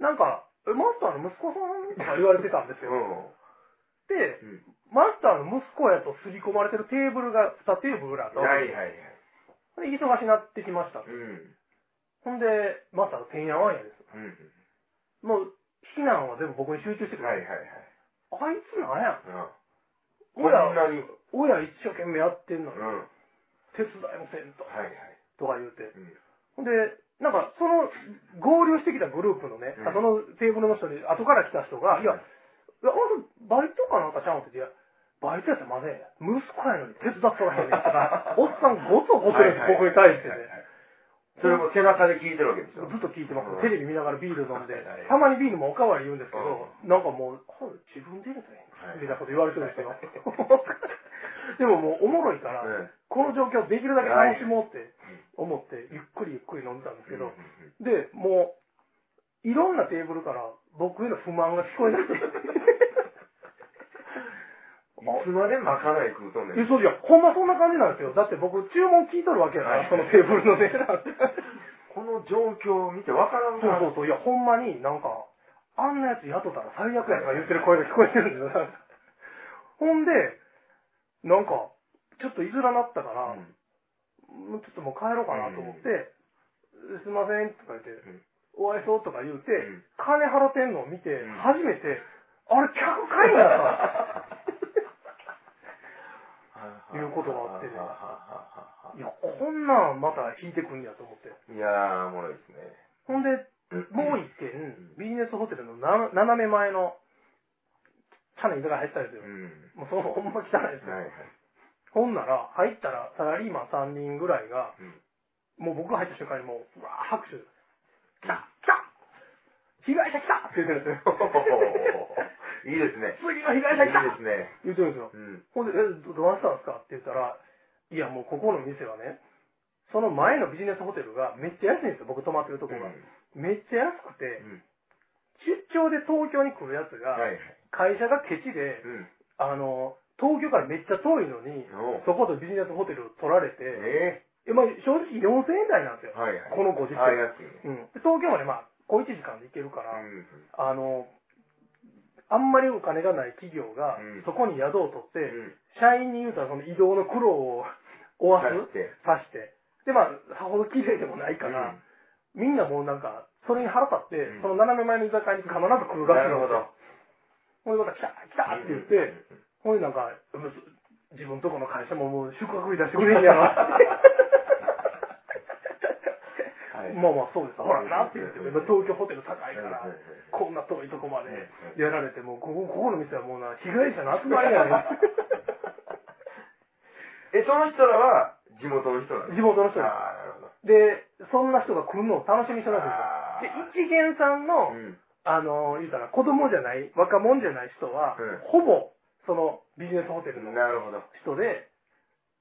Speaker 2: なんか、え、マスターの息子さんとか言われてたんですよ。で、
Speaker 1: うん。
Speaker 2: マスターの息子やと刷り込まれてるテーブルが2テーブルだと、
Speaker 1: はいはいはい。
Speaker 2: で忙しなってきましたと。
Speaker 1: うん。
Speaker 2: ほんで、マスターがてんやわんやです。
Speaker 1: うん。
Speaker 2: もう、避難は全部僕に集中してく
Speaker 1: はい
Speaker 2: る。
Speaker 1: はいはい。
Speaker 2: あいつなんや
Speaker 1: うん。こん
Speaker 2: 親、
Speaker 1: なに。うん。
Speaker 2: 親一生懸命やってんのに、
Speaker 1: は
Speaker 2: 手伝いもせんと、
Speaker 1: いはい。
Speaker 2: とか言うて。
Speaker 1: うん。
Speaker 2: ほんで、なんか、その、合流してきたグループのね、
Speaker 1: うん
Speaker 2: あそのテーブルの人に、後から来た人が、いや、いや、あんたバイトかなんかちゃうんって言って、いや、バイトやったらまずいね息子やのに手伝っとらへんねんから、おっさんごつごつです、僕に対してね。。
Speaker 1: それも背中で聞いてるわけでし
Speaker 2: ず
Speaker 1: ょ。
Speaker 2: っと聞いてます、
Speaker 1: うん
Speaker 2: テレビ見ながらビール飲んで、
Speaker 1: はい
Speaker 2: たまにビールもおかわり言うんですけど、
Speaker 1: う
Speaker 2: なんかもう、あ自分で入れたら
Speaker 1: はい
Speaker 2: いいんだみたいなこと言われてるんですよ
Speaker 1: はい。
Speaker 2: でももうおもろいから、
Speaker 1: うん
Speaker 2: この状況をできるだけ楽しもうって思って、ゆっくりゆっくり飲んでたんですけど、で、もう、いろんなテーブルから僕への不満が聞こえな くて。
Speaker 1: いつまでまかない食うとんねん。
Speaker 2: え、そうじゃん。ほんまそんな感じなんですよ。だって僕、注文聞いとるわけやから、
Speaker 1: はい
Speaker 2: そのテーブルの値 段。
Speaker 1: この状況を見てわからん
Speaker 2: そ
Speaker 1: か
Speaker 2: う
Speaker 1: ら。
Speaker 2: そうそう。いや、ほんまになんか、あんなやつ雇ったら最悪やとか言ってる声が聞こえてるんだよ。 ほんで、なんか、ちょっといずらなったから、
Speaker 1: うん
Speaker 2: もうちょっともう帰ろうかなと思って、すいませんとか言って、
Speaker 1: ん
Speaker 2: お会いそうとか言うて、
Speaker 1: うん
Speaker 2: 金払ってんのを見て、
Speaker 1: ん
Speaker 2: 初めて、あれ、客買いんや
Speaker 1: はい
Speaker 2: いうことがあってね
Speaker 1: ははははは
Speaker 2: な いや、こんなんまた引いてくんやと思って。
Speaker 1: いやー、おもろいですね。
Speaker 2: ほんで、もう一軒、ビジネスホテルのな斜め前の、チャネルが入ってたんですよ
Speaker 1: う。ん。
Speaker 2: もうそのほんま汚いですよ。
Speaker 1: はいはい。
Speaker 2: ほんなら、入ったら、サラリーマン3人ぐらいが、
Speaker 1: うん
Speaker 2: もう僕が入った瞬間にもう、うわー拍手。来た来た被害者来たって言ってるんですよ。
Speaker 1: いいですね。
Speaker 2: 次の被
Speaker 1: い
Speaker 2: 害者来た
Speaker 1: いですね。
Speaker 2: 言ってるんですよ。
Speaker 1: うん。
Speaker 2: ほんで、え、どどうしたんですかって言ったら、いや、もうここの店はね、その前のビジネスホテルがめっちゃ安いんですよ、僕泊まってるとこが。めっちゃ安くて、
Speaker 1: うん
Speaker 2: 出張で東京に来るやつ
Speaker 1: はい
Speaker 2: が、
Speaker 1: はい。
Speaker 2: 会社がケチで、
Speaker 1: うん。
Speaker 2: あの、東京からめっちゃ遠いのに、
Speaker 1: おう
Speaker 2: そことビジネスホテルを取られて、
Speaker 1: え
Speaker 2: えまあ、正直4000円台なんです
Speaker 1: え
Speaker 2: よ。
Speaker 1: はいはい。
Speaker 2: このご時世
Speaker 1: あ、安いね。
Speaker 2: うん、で東京までまあ、小1時間で行けるから、
Speaker 1: うん。
Speaker 2: あの、あんまりお金がない企業が
Speaker 1: うん、
Speaker 2: そこに宿を取って、
Speaker 1: うん。
Speaker 2: 社員に言うたらその移動の苦労を 負わす、
Speaker 1: 出して。
Speaker 2: さして。で、まあ、さほど綺麗でもないから、みんなもうなんか、それに腹立って、
Speaker 1: うん
Speaker 2: その斜め前の居酒屋に必ず来
Speaker 1: う
Speaker 2: る
Speaker 1: ん。
Speaker 2: ら
Speaker 1: な
Speaker 2: しい
Speaker 1: る
Speaker 2: んで
Speaker 1: ほ
Speaker 2: すよ。
Speaker 1: ど。
Speaker 2: ほいでまた来た来たって言って、ほいでなんか、むす自分とこの会社ももう宿泊費出してくれへんやろって。
Speaker 1: はい
Speaker 2: まあまあそうです。ほらなって言って、やっぱ東京ホテル高いから、
Speaker 1: う
Speaker 2: こんな遠いとこまで
Speaker 1: ん
Speaker 2: やられて、もうここ、ここの店はもうな、被害者の集まりやね
Speaker 1: え、その人らは地元の人なんです
Speaker 2: 地元の人
Speaker 1: ああ、なるほど。
Speaker 2: で、そんな人が来るのを楽しみにしてるわけですよ。で、一元さんの、
Speaker 1: うん。
Speaker 2: あの、言うたら子供じゃない、若者じゃない人は、
Speaker 1: う
Speaker 2: ほぼ、そのビジネスホテルの
Speaker 1: なるほど。
Speaker 2: 人で、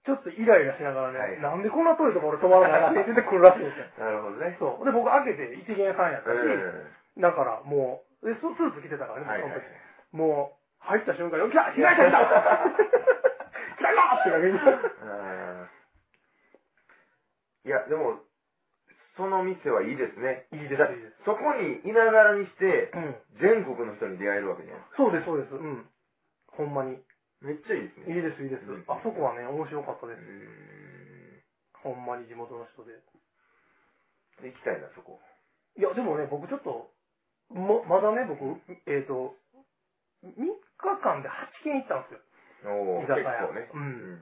Speaker 2: ちょっとイライラしながらね、
Speaker 1: はい
Speaker 2: なんでこんな遠いところ泊まらないな って言って来るらしいんですよ。
Speaker 1: なるほどね。
Speaker 2: そう。で、僕開けて一元さんやったし、
Speaker 1: うん
Speaker 2: だからもう、でススーツ着てたからね、
Speaker 1: はい
Speaker 2: そ
Speaker 1: は
Speaker 2: の
Speaker 1: い
Speaker 2: 時。もう、入った瞬間に、来た被害 者来た来たかってみんな。
Speaker 1: あーいや、でも、その店はいいですね。
Speaker 2: いいです、いいです。
Speaker 1: そこにいながらにして
Speaker 2: う、ん。
Speaker 1: 全国の人に出会えるわけじゃない
Speaker 2: そうです、そうです。うん。ほんまに。い
Speaker 1: めっちゃいいですね。
Speaker 2: いです、いいです
Speaker 1: うん。
Speaker 2: あそこはね、面白かったで
Speaker 1: う
Speaker 2: す。
Speaker 1: ー
Speaker 2: ほんまに地元の人で。
Speaker 1: ん行きたいな、そこ。
Speaker 2: いや、でもね、僕ちょっと、もまだね、僕、えっ、と、3日間で8軒行ったんですよ。
Speaker 1: おー
Speaker 2: 居
Speaker 1: 結
Speaker 2: 酒屋
Speaker 1: 構ね。
Speaker 2: う。
Speaker 1: うんん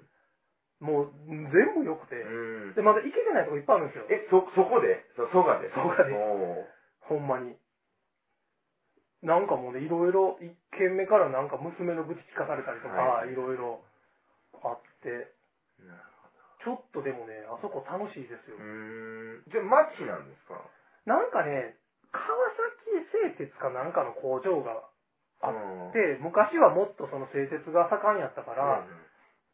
Speaker 2: もう、全部良くて。
Speaker 1: うん
Speaker 2: で、まだ行けてないとこいっぱいあるんですよ。
Speaker 1: え、そ、そこでそ、蘇我で。
Speaker 2: 蘇我で
Speaker 1: おー
Speaker 2: ほんまに。なんかもうね、いろいろ、一軒目からなんか娘の愚痴聞かされたりとか、
Speaker 1: はい
Speaker 2: いろいろあって、
Speaker 1: なる
Speaker 2: ちょっとでもね、あそこ楽しいですよ
Speaker 1: う。ーん。じゃあ、町なんですか
Speaker 2: なんかね、川崎製鉄かなんかの工場があ
Speaker 1: っ
Speaker 2: あっ、て、昔はもっとその製鉄が盛んやったか
Speaker 1: うん
Speaker 2: ら、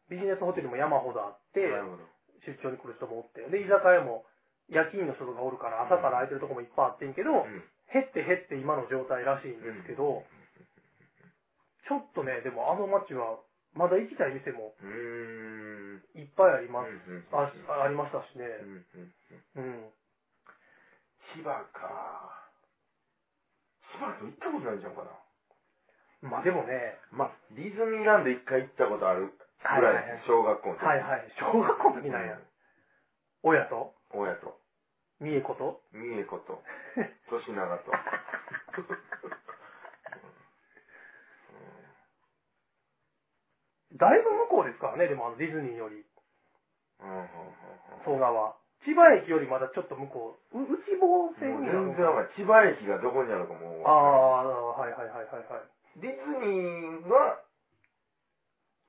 Speaker 2: ビジネスホテルも山ほどあって、
Speaker 1: なるほど。
Speaker 2: 出張に来る人もおって、で、居酒屋も夜勤の人がおるから、朝から空いてるとこもいっぱいあってんけど、
Speaker 1: うん
Speaker 2: 減って減って今の状態らしいんですけど、ちょっとね、でもあの街は、まだ行きたい店も
Speaker 1: うーん。
Speaker 2: いっぱいあります、あ
Speaker 1: あ
Speaker 2: ありましたしね、うん。
Speaker 1: 千葉か。千葉と行ったことないんじゃんかな。
Speaker 2: まあでもね、
Speaker 1: まあ、ディズニーランド一回行ったことあるぐらい、小学校の時。
Speaker 2: はいはい、小学校の時なんや。親と、
Speaker 1: うん親と、
Speaker 2: 三重子と、
Speaker 1: 三重子 と、年長と。
Speaker 2: だいぶ向こうですからね、でもあのディズニーより、
Speaker 1: うんうんうんうん
Speaker 2: 総川は。千葉駅よりまだちょっと向こう、う内房線
Speaker 1: もう
Speaker 2: になるの
Speaker 1: 全然わかんない。千葉駅がどこにあるかもう
Speaker 2: ああ、はいはいはいはいはい。
Speaker 1: ディズニーは、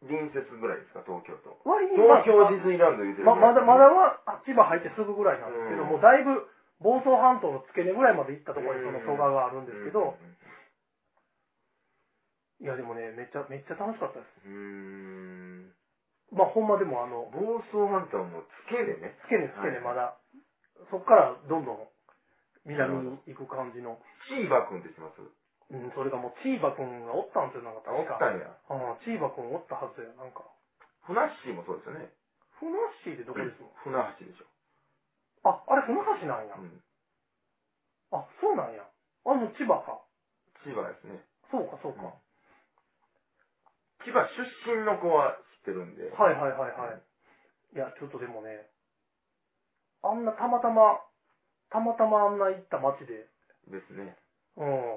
Speaker 1: 隣接ぐらいですか、東京と。
Speaker 2: 割に、まあ
Speaker 1: 東京ディズニーランド言うてるぐ
Speaker 2: ま
Speaker 1: らい
Speaker 2: まだ、まだは、あ千葉入ってすぐぐらいなんですけど、
Speaker 1: う
Speaker 2: も
Speaker 1: ん
Speaker 2: うだいぶ、房総半島の付け根ぐらいまで行ったところにその蘇我があるんですけど、いやでもね、めっちゃ、めっちゃ楽しかったです。
Speaker 1: うん。うん
Speaker 2: まあほんまでもあの、
Speaker 1: 房総半島の付けでね、
Speaker 2: 付け根付け根
Speaker 1: はい
Speaker 2: まだ、そっからどんどん南に行く感じの、
Speaker 1: チーバくんって知ってます
Speaker 2: うん、それがもうチーバくんがおったんですよ、なんか
Speaker 1: あ、お
Speaker 2: 確か。
Speaker 1: ったんや。
Speaker 2: ああ、チーバくんおったはずや、なんか。
Speaker 1: ふなっしーもそうですよね。
Speaker 2: ふなっしーってどこですの
Speaker 1: ふなっしーでしょ。
Speaker 2: あ、あれふなはしなんや
Speaker 1: う。ん。
Speaker 2: あ、そうなんや。あ、もう千葉か。
Speaker 1: 千葉ですね。
Speaker 2: そうか、そうか。
Speaker 1: 千葉出身の子は知ってるんで。
Speaker 2: はいはいはいはい。いや、ちょっとでもね、あんなたまたま、たまたまあんな行った街で、
Speaker 1: ですね。
Speaker 2: うん。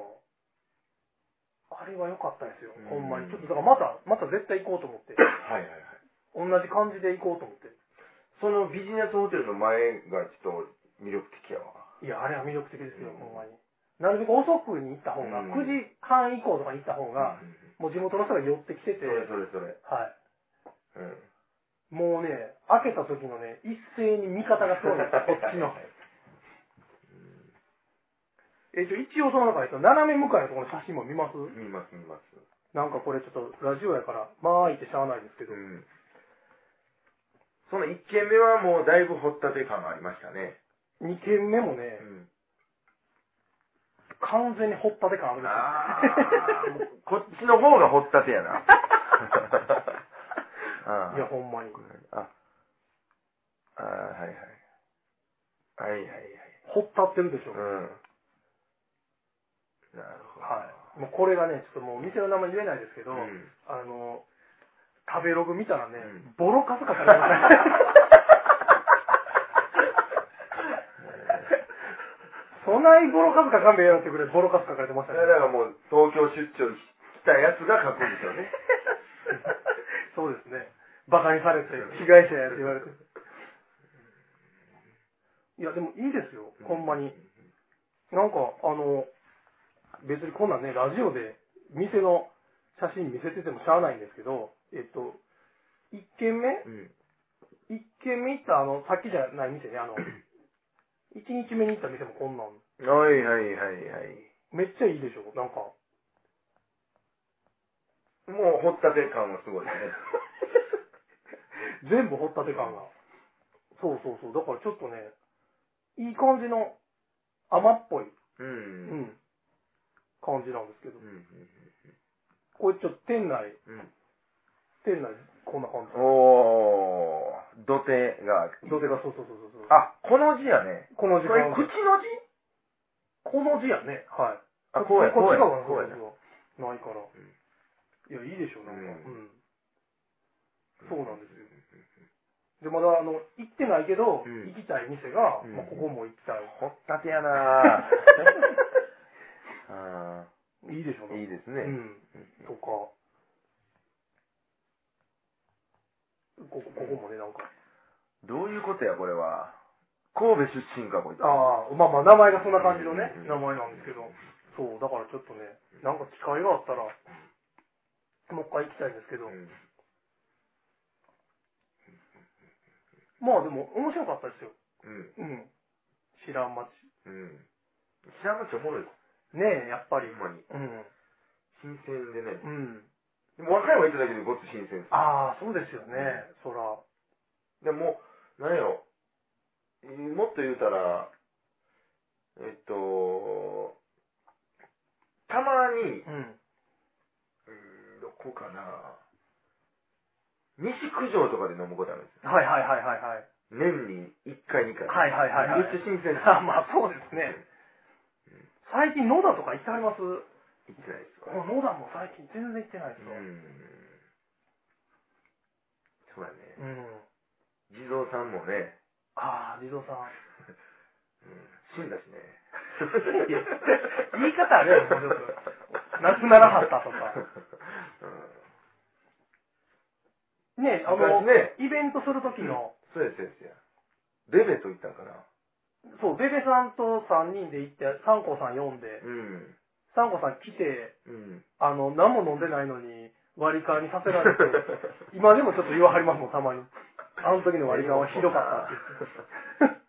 Speaker 2: あれは良かったですよ
Speaker 1: うん、
Speaker 2: ほんまに。ちょっとだからまた、また絶対行こうと思って。
Speaker 1: はいはいはい。
Speaker 2: 同じ感じで行こうと思って。
Speaker 1: そのビジネスホテルの前がちょっと魅力的やわ。
Speaker 2: いや、あれは魅力的ですよ、
Speaker 1: うん
Speaker 2: ほんまに。なるべく遅くに行った方が、
Speaker 1: うん
Speaker 2: 9時半以降とかに行った方が、
Speaker 1: うん
Speaker 2: もう地元の人が寄ってきて
Speaker 1: そ
Speaker 2: て、
Speaker 1: れそれそれ。
Speaker 2: はい。
Speaker 1: うん。
Speaker 2: もうね、開けた時のね、一斉に味方がすごいんです よ、こっちの。えっと、一応その中で、斜め向かいのところの写真も見ます
Speaker 1: 見ます見ます。
Speaker 2: なんかこれちょっとラジオやから、まあ言ってしゃあないですけど、
Speaker 1: うん。その1軒目はもうだいぶ掘ったて感がありましたね。
Speaker 2: 2軒目もね、完全にほったて感あるん
Speaker 1: あ
Speaker 2: です
Speaker 1: あ、こっちの方が掘ったてやな。あ
Speaker 2: よ。いや、ほんまに。
Speaker 1: あ、あーはいはい。はいはいはい。
Speaker 2: ほったってるでしょ。
Speaker 1: うん。なるほど。
Speaker 2: はい。もうこれがね、ちょっともう店の名前言えないですけど、
Speaker 1: うん
Speaker 2: あの、食べログ見たらね、
Speaker 1: うん
Speaker 2: ボロカスかかりましたね そないボロカスかかんでええやろってくらいボロカス書かれてまし
Speaker 1: だ
Speaker 2: た
Speaker 1: か
Speaker 2: ね。
Speaker 1: らだからもう東京出張来たやつが書くんですよね。
Speaker 2: そうですね。バカにされて、被害者やって言われて。いや、でもいいですよ、ほんまに。なんか、あの、別にこんなんね、ラジオで店の写真見せててもしゃあないんですけど、えっと、一軒目
Speaker 1: うん。
Speaker 2: 一軒目行った、あの、さっきじゃない店ね、 あの、一日目に行った店もこんなん、
Speaker 1: はいはいはいはい。
Speaker 2: めっちゃいいでしょ、なんか。
Speaker 1: もう掘ったて感はすごいね。
Speaker 2: 全部掘ったて感が。そうそうそう。だからちょっとね、いい感じの甘っぽい、
Speaker 1: う。
Speaker 2: うんん、感じなんですけど
Speaker 1: う、ん
Speaker 2: これちょっと店内、
Speaker 1: うんうん
Speaker 2: 店内こんな感じ。
Speaker 1: おー、土手が。
Speaker 2: 土手がそうそうそうそうそう。
Speaker 1: あ、この字やね。
Speaker 2: この
Speaker 1: こ
Speaker 2: 時
Speaker 1: れ、
Speaker 2: 間。
Speaker 1: 口の字
Speaker 2: この字やね。はい。
Speaker 1: あ、こうや、
Speaker 2: こっち側が
Speaker 1: こうや。こうや
Speaker 2: ないから。いや、いいでしょ、なんか。う
Speaker 1: う
Speaker 2: ん。そうなんですよ。で、まだ、あの、行ってないけど、
Speaker 1: うん
Speaker 2: 行きたい店が、
Speaker 1: うん
Speaker 2: まあ、ここも行きたい。
Speaker 1: ほったてやな ぁあ
Speaker 2: いいでしょ、
Speaker 1: ー。いいですね。
Speaker 2: うん。とか。ここ、ここもね、なんか。
Speaker 1: どういうことや、これは。神戸出身か、こいつ。
Speaker 2: ああ、まあまあ、名前がそんな感じのね
Speaker 1: うん、
Speaker 2: 名前なんですけど。そう、だからちょっとね、なんか機会があったら、もう一回行きたいんですけど。
Speaker 1: うん
Speaker 2: まあでも、面白かったですよ。
Speaker 1: うん。
Speaker 2: うん。知らん町。
Speaker 1: うん。知らん町おもろいです。
Speaker 2: ねえ、やっぱり。
Speaker 1: ほんまに。
Speaker 2: うん。
Speaker 1: 新鮮でね。
Speaker 2: うん。
Speaker 1: でも、和歌山行っただけでごっつ新鮮です。
Speaker 2: ああ、そうですよね。そら。
Speaker 1: でも、なんやろ。えーもっと言うたら、えっと、たまに、
Speaker 2: うん。
Speaker 1: うーんどこかな西九条とかで飲むことあるんですよ。
Speaker 2: はいはいはいはいはい。
Speaker 1: 年に1回2回。
Speaker 2: はいはいはいはい
Speaker 1: めっちゃ新鮮です。
Speaker 2: あ まあそうですね。最近野田とか行ってはります
Speaker 1: 行ってないです
Speaker 2: あ
Speaker 1: わ。
Speaker 2: 野田も最近全然行ってないですよ。
Speaker 1: うん。そうだね。
Speaker 2: うん。
Speaker 1: 地蔵さんもね、
Speaker 2: ああ、地蔵さん。
Speaker 1: 死んだしね。
Speaker 2: いや言い方あれやろもうちょっと亡くならはったと かねえ、あの、
Speaker 1: 昔ね
Speaker 2: イベントするときの、
Speaker 1: そうです、そうですよ。ベベと言ったんかな。
Speaker 2: そう、ベベさんと3人で行って、サンコさん呼んで、
Speaker 1: うん。
Speaker 2: サンコさん来て、
Speaker 1: うん。
Speaker 2: あの、何も飲んでないのに、割り勘にさせられて、 今でもちょっと言わはりますもん、たまに。あの時の割り勘はひどかったって 言って。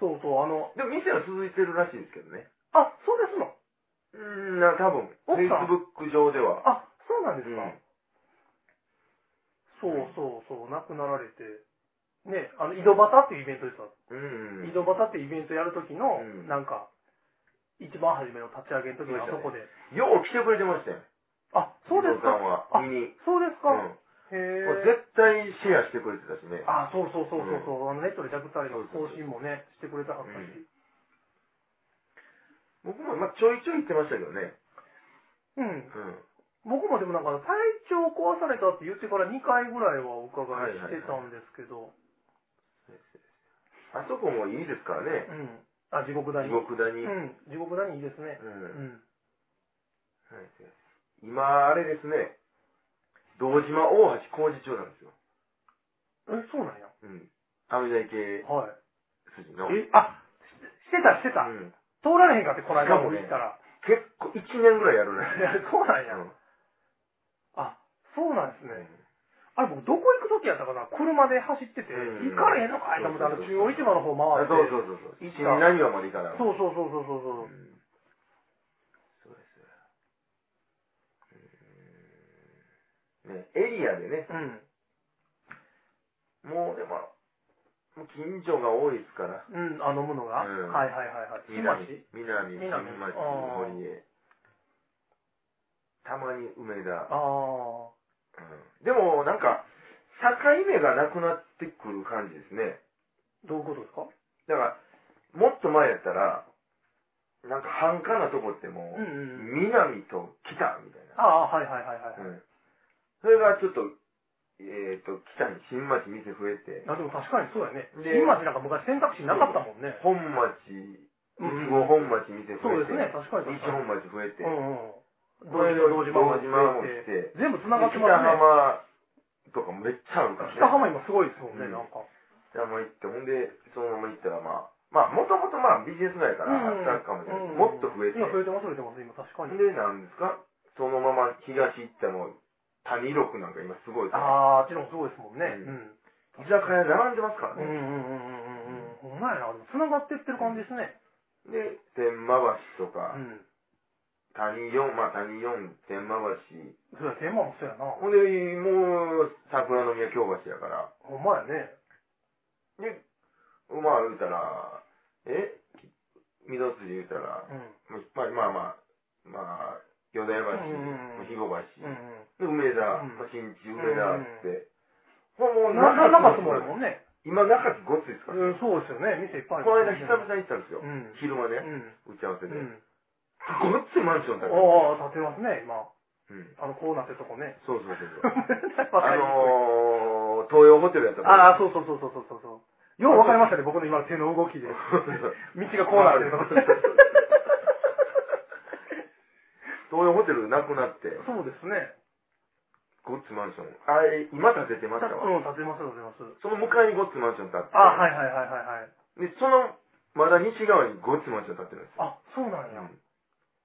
Speaker 2: そうそう、あの、
Speaker 1: でも店は続いてるらしいですけどね。
Speaker 2: あ、そうですの。
Speaker 1: うん、な、多分。フェ
Speaker 2: 奥
Speaker 1: イ
Speaker 2: さん
Speaker 1: スブック上では。
Speaker 2: あ、そうなん
Speaker 1: う
Speaker 2: ですか。
Speaker 1: ん。
Speaker 2: そうそうそう、亡くなられて。ね、あの、井戸端っていうイベントですわ。
Speaker 1: うん。
Speaker 2: 井戸端っていうイベントやる時の、
Speaker 1: うん
Speaker 2: なんか、一番初めの立ち上げの時のあ
Speaker 1: そうでしたね
Speaker 2: そこで。
Speaker 1: よう来てくれてましたよ。
Speaker 2: あ、そうです
Speaker 1: 伊藤さ
Speaker 2: か
Speaker 1: ん。は
Speaker 2: あ、
Speaker 1: 見に。
Speaker 2: そうです
Speaker 1: う
Speaker 2: か。
Speaker 1: ん。
Speaker 2: へえ。
Speaker 1: これ絶対シェアしてくれてたしね。
Speaker 2: あ、そうそうそうそうそう、あのネットでジャクタリの更新もね、してくれたかったし。
Speaker 1: 僕も、まあ、ちょいちょい行ってましたけどね。
Speaker 2: うん。
Speaker 1: うん。
Speaker 2: 僕もでもなんか体調壊されたって言ってから2回ぐらいはお伺いしてたんですけど、
Speaker 1: あそこもいいですからね。
Speaker 2: うん。あ、地獄谷。
Speaker 1: 地獄谷。
Speaker 2: う
Speaker 1: う
Speaker 2: ん。
Speaker 1: ん。
Speaker 2: 地獄谷いいですね。う
Speaker 1: は
Speaker 2: ん。
Speaker 1: い今、あれですね。堂島大橋工事中なんですよ。
Speaker 2: え、そうなんや。
Speaker 1: うん。アメリカ系
Speaker 2: はい。
Speaker 1: 筋の。
Speaker 2: え、あ、ししてたしてた、
Speaker 1: うん。
Speaker 2: 通られへんかってこの間
Speaker 1: しか
Speaker 2: も
Speaker 1: もね
Speaker 2: 行ったら。
Speaker 1: 結構、1年ぐらいやるらしい。
Speaker 2: いやそうなんや、
Speaker 1: うん
Speaker 2: あ、そうなんですね。あれ僕どこ行く時やったかな車で走ってて、
Speaker 1: うん
Speaker 2: 行かれへんのかいと思ってあの中央市場の方
Speaker 1: あ
Speaker 2: 回って。
Speaker 1: そうそうそうそう。
Speaker 2: 行った
Speaker 1: 新浪川まで行かない。
Speaker 2: そうそうそうそうそうそう
Speaker 1: う。んそうですよ。うんね、エリアでね、
Speaker 2: うん。
Speaker 1: もうでも、もう近所が多いですから。
Speaker 2: うん、あ、飲むのが、
Speaker 1: うん
Speaker 2: はいはいはいはい。新
Speaker 1: 南
Speaker 2: 町、
Speaker 1: 南、新
Speaker 2: 南
Speaker 1: 町、
Speaker 2: あー
Speaker 1: 堀江。たまに梅
Speaker 2: あ
Speaker 1: 田。
Speaker 2: あ。
Speaker 1: うん、でも、なんか、境目がなくなってくる感じですね。
Speaker 2: どういうことですか
Speaker 1: だから、もっと前やったら、なんか繁華なとこっても
Speaker 2: うんうんう
Speaker 1: う、
Speaker 2: ん。
Speaker 1: 南と北みたいな。
Speaker 2: ああ、はいはいはいはい。
Speaker 1: うんそれがちょっと、えっ、と、北に新町店増えて、
Speaker 2: あでも確かにそうだよね。
Speaker 1: で
Speaker 2: 新町なんか昔選択肢なかったもんね。
Speaker 1: 本
Speaker 2: う
Speaker 1: 町、
Speaker 2: んうん
Speaker 1: 越後本町店
Speaker 2: そう
Speaker 1: 増え
Speaker 2: ですね、
Speaker 1: て、
Speaker 2: 確かに
Speaker 1: 西
Speaker 2: 確かに。
Speaker 1: 本町増えて、
Speaker 2: うんうん。道島も
Speaker 1: 道島
Speaker 2: 増
Speaker 1: も
Speaker 2: えて。
Speaker 1: 来て、
Speaker 2: 全部繋がってま
Speaker 1: 北
Speaker 2: すね。
Speaker 1: 浜とかもめっちゃあるからね。
Speaker 2: 北浜今すごいですもんね、な
Speaker 1: うん
Speaker 2: んか。
Speaker 1: 北浜行って、ほんで、そのまま行ったらまあ、まあ、もともとまあビジネス街からあったかもしれない、
Speaker 2: うん
Speaker 1: もっと増え
Speaker 2: い
Speaker 1: て、
Speaker 2: や、増えてます、増えてます、今確かに。
Speaker 1: で、なんですか、そのまま東行ったの、谷六なんか今すごいから、
Speaker 2: ああ、あっちの方もすごいですもんね。
Speaker 1: う
Speaker 2: うん。
Speaker 1: 居酒屋並んでますから
Speaker 2: うん
Speaker 1: ね。
Speaker 2: うんうんうんうんうん。ほんまやな、でも繋がってってる感じですね。
Speaker 1: で、天満橋とか、
Speaker 2: うん。
Speaker 1: 谷四、まあ谷四、天満橋。
Speaker 2: そうや、テーマもそうやな。
Speaker 1: ほんで、もう、桜の宮京橋やから。
Speaker 2: ほんまやね。
Speaker 1: で、まあ言うたら、え水戸筋言うたら、
Speaker 2: うん。
Speaker 1: まあまあまあ、まあ、淀屋
Speaker 2: うん
Speaker 1: 橋、肥後
Speaker 2: うん
Speaker 1: 橋、
Speaker 2: うん。
Speaker 1: で梅田
Speaker 2: うん、
Speaker 1: まあ新地、梅田って。これもう
Speaker 2: な中津もあるも
Speaker 1: も
Speaker 2: んね。
Speaker 1: 今中津ごっついです
Speaker 2: う
Speaker 1: から。
Speaker 2: ん、そうですよね。店いっぱいある。
Speaker 1: この間久々に行ったんですよ
Speaker 2: う。ん。
Speaker 1: 昼間
Speaker 2: う
Speaker 1: ね、
Speaker 2: ん。
Speaker 1: 打ち合わせ
Speaker 2: う
Speaker 1: で。ごっ
Speaker 2: ん。
Speaker 1: ついマンションだから。
Speaker 2: ああ、建てますね、今。
Speaker 1: うん
Speaker 2: あの、こうなってるとこ ね。
Speaker 1: そうそうそうそう。あ
Speaker 2: あ
Speaker 1: のー、東洋ホテルやったか
Speaker 2: ああ、
Speaker 1: ら。
Speaker 2: そうそうそうそうそうそう。ようわかりましたね、僕の今の手の動 きで。道がこうなってるとこ。
Speaker 1: 東洋ホテルなくなって、
Speaker 2: そうですね。
Speaker 1: ゴッツマンション。あれ、今建ててましたわ。
Speaker 2: うん、建てます、建てます。
Speaker 1: その向かいにゴッツマンション建って、
Speaker 2: あはいはいはいはいはい。
Speaker 1: でその、まだ西側にゴッツマンション建ってるんですよ。
Speaker 2: あ、そうなんや。
Speaker 1: うん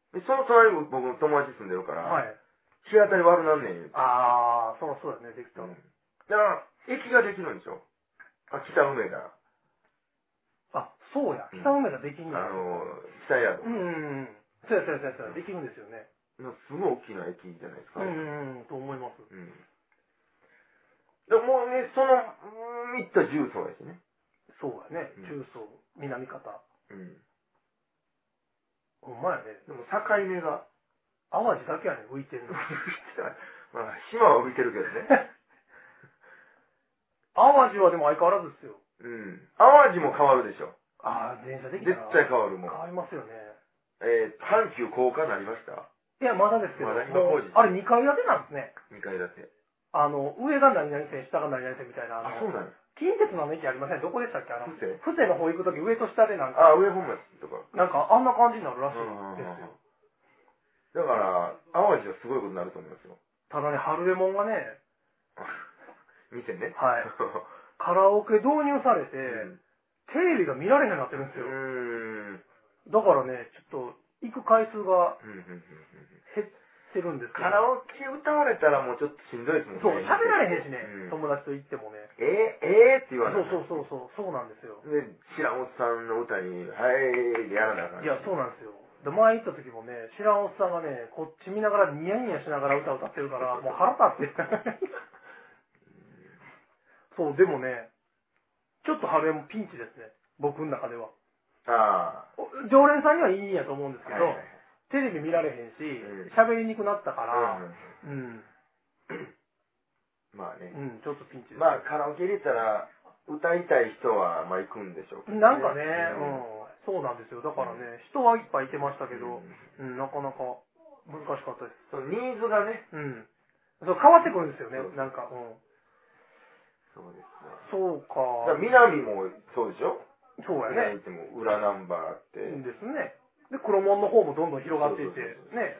Speaker 1: でその隣に僕の友達住んでるから、
Speaker 2: はい。
Speaker 1: 日当たり悪なんねん言うて
Speaker 2: ああ、そうそうだね、できた。
Speaker 1: うんだから、駅ができるんですよ。あ、北梅田、
Speaker 2: あ、そうや。
Speaker 1: うん
Speaker 2: 北梅田できんや。
Speaker 1: あの、北宿
Speaker 2: うんうんうん。そうやそうやそうやそうや、できるんですよね。
Speaker 1: のすごい大きな駅じゃないです
Speaker 2: う
Speaker 1: か。
Speaker 2: んうんうん、と思います。
Speaker 1: うんでもうね、その、うん行った重曹やしね。
Speaker 2: そうやね
Speaker 1: う、ん
Speaker 2: 中層、南方。
Speaker 1: うん。
Speaker 2: ほんまやね。
Speaker 1: でも境目が。
Speaker 2: 淡路だけやね、浮いてんの。
Speaker 1: まあ、島は浮いてるけど ね。
Speaker 2: 淡路はでも相変わらずですよ。
Speaker 1: うん。淡路も変わるでしょ。
Speaker 2: ああ、電車でき
Speaker 1: 絶
Speaker 2: たな。
Speaker 1: 対変わるもん
Speaker 2: 変。わりますよね。
Speaker 1: えー、阪急高架になりました
Speaker 2: いや、まだですけど、
Speaker 1: まだ今工事
Speaker 2: もうあれ2階建てなんですね。
Speaker 1: ?2 階建て。
Speaker 2: あの、上が何々線、下が何々線みたいな。
Speaker 1: あ、
Speaker 2: あ
Speaker 1: そう
Speaker 2: の
Speaker 1: なんや。
Speaker 2: 近鉄の駅ありませんどこでしたっけあの、
Speaker 1: 伏せ
Speaker 2: 伏せの方行くとき上と下でなんか、
Speaker 1: あ、上本町とか。
Speaker 2: なんかあんな感じになるらしい
Speaker 1: うん
Speaker 2: ですよ。
Speaker 1: だから、淡路はすごいことになると思いますよ。
Speaker 2: ただね、ハルエモンがね、
Speaker 1: 店ね。
Speaker 2: はいカラオケ導入されて、
Speaker 1: うん
Speaker 2: テレビが見られへんようになってるんです
Speaker 1: う
Speaker 2: よ。
Speaker 1: ん。うん。
Speaker 2: だからね、ちょっと、行く回数が
Speaker 1: うんうんうんうん
Speaker 2: 減ってるんですけ
Speaker 1: カ
Speaker 2: ど。
Speaker 1: ラオケ歌われたらもうちょっとしんどいですもんね。
Speaker 2: そう、喋られへんしね、
Speaker 1: うん
Speaker 2: 友達と行ってもね。
Speaker 1: えー、えー、って言
Speaker 2: そ
Speaker 1: われ
Speaker 2: う
Speaker 1: て。
Speaker 2: そうそうそう、そうなんですよ。
Speaker 1: で、白本さんの歌に、はい、やらなあかん。
Speaker 2: いや、そうなんですよ。で、前行った時もね、知らんおっさんがね、こっち見ながらニヤニヤしながら歌歌ってるから、もう腹立って。そう、でもね、ちょっと春江もピンチですね。僕の中では。
Speaker 1: ああ。
Speaker 2: お常連さんにはいいんやと思うんですけど、
Speaker 1: はいはい
Speaker 2: テレビ見られへんし
Speaker 1: うん、
Speaker 2: 喋、りにくなったから、
Speaker 1: う
Speaker 2: うん、
Speaker 1: んまあね。
Speaker 2: うん、ちょっとピンチです。
Speaker 1: まあ、カラオケ入れたら、歌いたい人は、まあ、行くんでしょうけど
Speaker 2: なんかね、うん、そうなんですよ。だからね、人はいっぱいいてましたけ
Speaker 1: う
Speaker 2: ど、
Speaker 1: ん
Speaker 2: うん、なかなか難しかったです。
Speaker 1: そのニーズがね。
Speaker 2: うん。そう、変わってくるんですよね
Speaker 1: そう、
Speaker 2: なんか。うん。
Speaker 1: そうですね。
Speaker 2: そうか。
Speaker 1: だから南もそうでしょ
Speaker 2: そうや
Speaker 1: 南
Speaker 2: ね。
Speaker 1: 行っても、裏ナンバーあって。
Speaker 2: ですね。で、黒門の方もどんどん広がっていて、ね。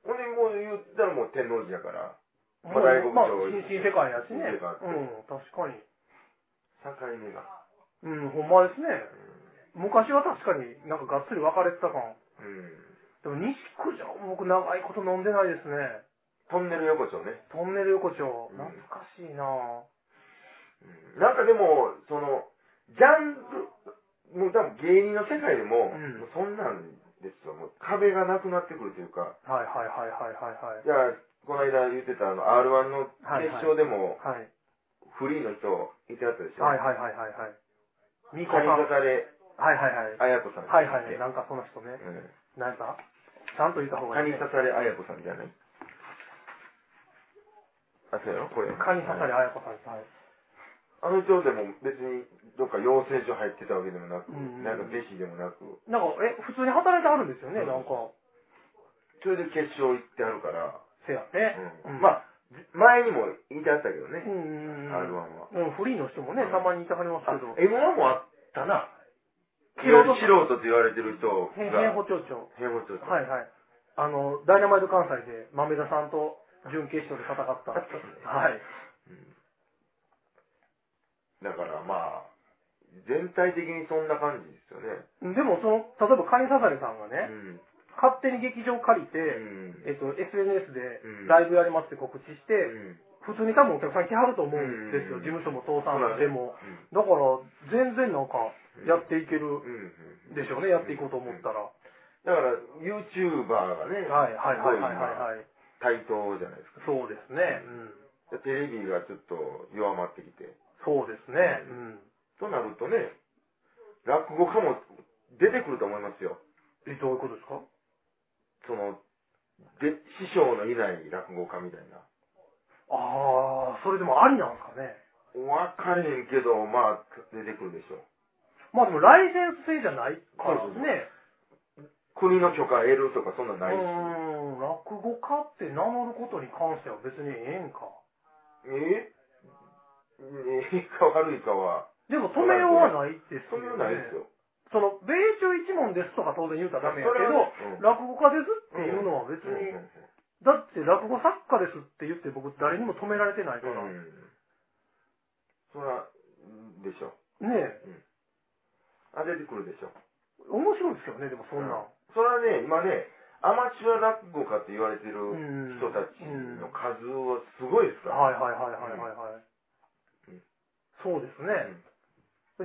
Speaker 1: ほんで、もう言ったらもう天王寺やから、
Speaker 2: もう
Speaker 1: まあ
Speaker 2: まあ、
Speaker 1: 大黒町
Speaker 2: 新新世界やしね。
Speaker 1: 新世界
Speaker 2: うん、確かに。
Speaker 1: 境目が。
Speaker 2: うん、ほんまですね。昔は確かになんかがっつり分かれてた感。
Speaker 1: うん。
Speaker 2: でも西九条、僕長いこと飲んでないですね。
Speaker 1: トンネル横丁ね。
Speaker 2: トンネル横丁。
Speaker 1: うん
Speaker 2: 懐かしいなぁ。
Speaker 1: なんかでも、その、ジャンル、もう多分芸人の世界で
Speaker 2: う
Speaker 1: も、
Speaker 2: ん
Speaker 1: もうそんなんですよ。もう壁がなくなってくるというか、
Speaker 2: はいはいはいはいはい
Speaker 1: じゃあ、この間言ってたあの、R1 の
Speaker 2: はいはい
Speaker 1: 決勝でも、
Speaker 2: はい。はい。
Speaker 1: フリーの人、いてあったでしょ。
Speaker 2: はいはいはいはいはい。ミコさん。
Speaker 1: 相
Speaker 2: はい
Speaker 1: 方で、
Speaker 2: はいはい。
Speaker 1: あやこさん。
Speaker 2: はいはい。
Speaker 1: いて
Speaker 2: なんかその人ね。
Speaker 1: うん。
Speaker 2: なんかちゃんと言った方が
Speaker 1: カ
Speaker 2: いい、
Speaker 1: ニ
Speaker 2: ね。
Speaker 1: 刺されあやこさんじゃないあ、そうやろこれ。
Speaker 2: カニ刺され
Speaker 1: は
Speaker 2: あ
Speaker 1: い
Speaker 2: やこさんです。はい。
Speaker 1: あの人でも別に、どっか養成所入ってたわけでもなく、
Speaker 2: うん
Speaker 1: なんか弟子でもなく、
Speaker 2: なんか、え、普通に働いてはるんですよね、
Speaker 1: うん
Speaker 2: なんか。
Speaker 1: それで決勝行ってあるから、
Speaker 2: せやね。
Speaker 1: うん
Speaker 2: あ、
Speaker 1: まあ、前にも言いてあったけど
Speaker 2: う
Speaker 1: ね、
Speaker 2: んうんうん。うん、
Speaker 1: R1 は。
Speaker 2: フリーの人もね、たまにいてはりますけど。
Speaker 1: M1 もあったな。
Speaker 2: 素
Speaker 1: 素
Speaker 2: 人
Speaker 1: 人と言われてる人が。
Speaker 2: へ平保町長。
Speaker 1: 平凡町
Speaker 2: はいはい。あの、ダイナマイト関西で、豆田さんと準決勝で戦った。
Speaker 1: あったね
Speaker 2: はい。
Speaker 1: だからまあ、全体的にそんな感じですよね。
Speaker 2: でも、その、例えばカニ刺されさんがね、
Speaker 1: うん
Speaker 2: 勝手に劇場借り
Speaker 1: う
Speaker 2: て、
Speaker 1: ん
Speaker 2: えっと、SNS で
Speaker 1: うん
Speaker 2: ライブやりますって告知し
Speaker 1: う
Speaker 2: て、
Speaker 1: ん
Speaker 2: 普通に多分お客さん来はると思うんですよ。
Speaker 1: うん
Speaker 2: 事務所も倒産でも。
Speaker 1: う
Speaker 2: だから、全然なんか、やっていける
Speaker 1: んうんうん
Speaker 2: でしょうね、やっていこうと思ったら。は
Speaker 1: だから、YouTuber がね、
Speaker 2: いはいはいはいはいはい。
Speaker 1: 台頭じゃないですか。
Speaker 2: そうですね。うん。
Speaker 1: テレビがちょっと弱まってきて。
Speaker 2: そうですね。うん。
Speaker 1: となるとね、落語家も出てくると思いますよ。
Speaker 2: え、どういうことですか
Speaker 1: その、で、師匠のいない落語家みたいな。
Speaker 2: ああ、それでもありなんですかね。
Speaker 1: わかれへんけど、まあ、出てくるでしょう。
Speaker 2: まあでもライセンス制じゃないから
Speaker 1: そうそうそう
Speaker 2: ね。
Speaker 1: 国の許可得るとか、そんなん
Speaker 2: う
Speaker 1: ないし。
Speaker 2: ーん、落語家って名乗ることに関しては別にええんか。
Speaker 1: ええい いか悪いかは、
Speaker 2: でも止めようはないです
Speaker 1: そんなのないです
Speaker 2: よね。
Speaker 1: よ。
Speaker 2: その、米中一問ですとか当然言うたらダメやけ
Speaker 1: それ
Speaker 2: ど
Speaker 1: は、ねうん
Speaker 2: 落語家ですっていうのは別
Speaker 1: うん
Speaker 2: に、だって落語作家ですって言って僕誰にも止められてないから。
Speaker 1: う
Speaker 2: ね
Speaker 1: ん。そら、でしょ。
Speaker 2: え、
Speaker 1: あ、出てくるでしょ。
Speaker 2: 面白いですよね、でもそんなん。
Speaker 1: それはね、今ね、アマチュア落語家って言われて
Speaker 2: う
Speaker 1: る
Speaker 2: ん
Speaker 1: 人たち
Speaker 2: うん
Speaker 1: の数はすごいですから。
Speaker 2: はいはいはいはいはいはい。
Speaker 1: うん
Speaker 2: そうです
Speaker 1: う
Speaker 2: ね。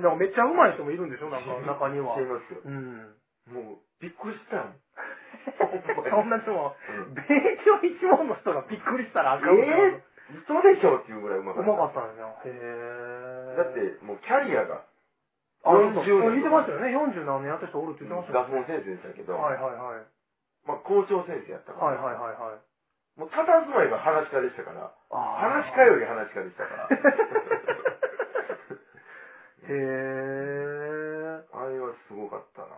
Speaker 1: ん
Speaker 2: なんかめっちゃ上手い人もいるんでしょなんか中には
Speaker 1: 知。りますよ。
Speaker 2: うん。
Speaker 1: もう、びっくりしたもん。
Speaker 2: そんな人も、
Speaker 1: うん
Speaker 2: 米朝一問の人がびっくりしたらあ
Speaker 1: え
Speaker 2: かん
Speaker 1: ー、嘘でしょっていうぐらいうま
Speaker 2: う
Speaker 1: かっ
Speaker 2: まか
Speaker 1: た。
Speaker 2: ったんですよ。へえ。
Speaker 1: だって、、もうキャリアが、
Speaker 2: あの人、見
Speaker 1: 40
Speaker 2: てましたよね。40何年やった人おるって言ってましたよ
Speaker 1: 学問先生でしたけど、
Speaker 2: はいはいはい。
Speaker 1: まあ校長先生やった
Speaker 2: は
Speaker 1: から
Speaker 2: い、はいはいはい。
Speaker 1: もう佇まいが話し家でしたから、
Speaker 2: あー。
Speaker 1: 話し家より話し家でしたから
Speaker 2: へえ。
Speaker 1: あれはすごかったな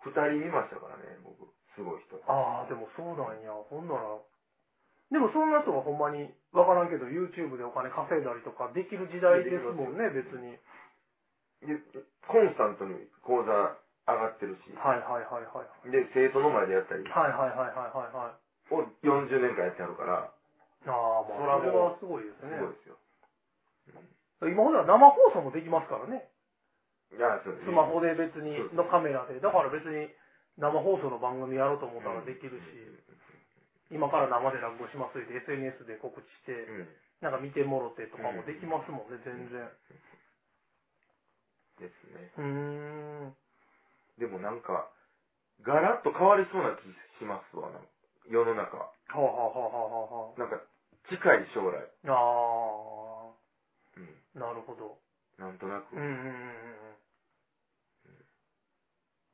Speaker 1: 二人いましたからね、僕。すごい人。
Speaker 2: ああ、でもそうなんや。ほんなら。でもそんな人はほんまに、わからんけど、YouTube でお金稼いだりとかできる時代ですもんね、別に。
Speaker 1: でコンスタントに講座上がってるし、
Speaker 2: はいはいはいはい。
Speaker 1: で、生徒の前でやったり、
Speaker 2: はいはいはいはいはいはい。
Speaker 1: を40年間やってあるから、
Speaker 2: ああ、まあ、それはすごいです
Speaker 1: す
Speaker 2: ね。
Speaker 1: ごいですよ。
Speaker 2: 今ほどは生放送もできますからね。
Speaker 1: いや、そう
Speaker 2: スマホで別に
Speaker 1: そう、
Speaker 2: のカメラで。だから別に生放送の番組やろうと思ったらできるし、今から生で落語しますって SNS で告知して、
Speaker 1: うん。
Speaker 2: なんか見てもろてとかもできますもんね、全然。
Speaker 1: ですね。
Speaker 2: うーん。
Speaker 1: でもなんか、ガラッと変わりそうな気しますわ、なんか世の中。
Speaker 2: はあ、はあはあはあは
Speaker 1: なんか、近い将来。
Speaker 2: あ、あ
Speaker 1: うん。
Speaker 2: あ、なるほど。
Speaker 1: なんとなく。
Speaker 2: うんうんうんうんうん。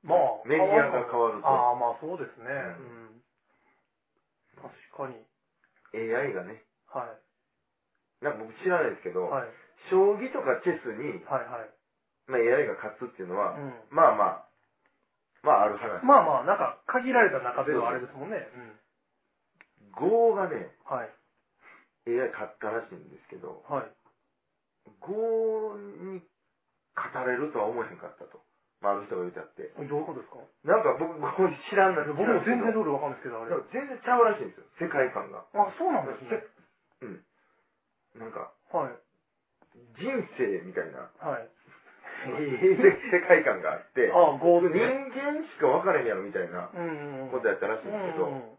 Speaker 2: まあ、
Speaker 1: メディアが変わると
Speaker 2: ああ、まあそうですね。う
Speaker 1: う
Speaker 2: ん。確かに。
Speaker 1: AI がね、
Speaker 2: はい。
Speaker 1: なんか僕知らないですけど、
Speaker 2: はい。
Speaker 1: 将棋とかチェスに、
Speaker 2: はいはい。
Speaker 1: まあ、AI が勝つっていうのは、
Speaker 2: うん
Speaker 1: まあまあ、まあある話。
Speaker 2: まあまあ、なんか、限られた中ではあれですもんね。うん。
Speaker 1: Go がね、
Speaker 2: はい。
Speaker 1: AI 勝ったらしいんですけど、
Speaker 2: はい。
Speaker 1: Go に語れるとは思えへんかったと。まあある人が言うてあって。
Speaker 2: どういうことですか
Speaker 1: なんか僕 Go 知らんな
Speaker 2: 僕も全然
Speaker 1: 知
Speaker 2: ルールわかんないですけど、あれ。
Speaker 1: ら
Speaker 2: あ
Speaker 1: んけど全然ちゃうらしいんですよ、世界観が。、
Speaker 2: そうなんですね。
Speaker 1: うん。なんか、
Speaker 2: はい。
Speaker 1: 人生みたいな、
Speaker 2: はい。
Speaker 1: 世界観があって、
Speaker 2: あ、ゴー
Speaker 1: 人
Speaker 2: ルね。
Speaker 1: 間しか分からへんやろみたいな
Speaker 2: うんうんうん。
Speaker 1: ことやったらしいんですけど、
Speaker 2: うんうんうん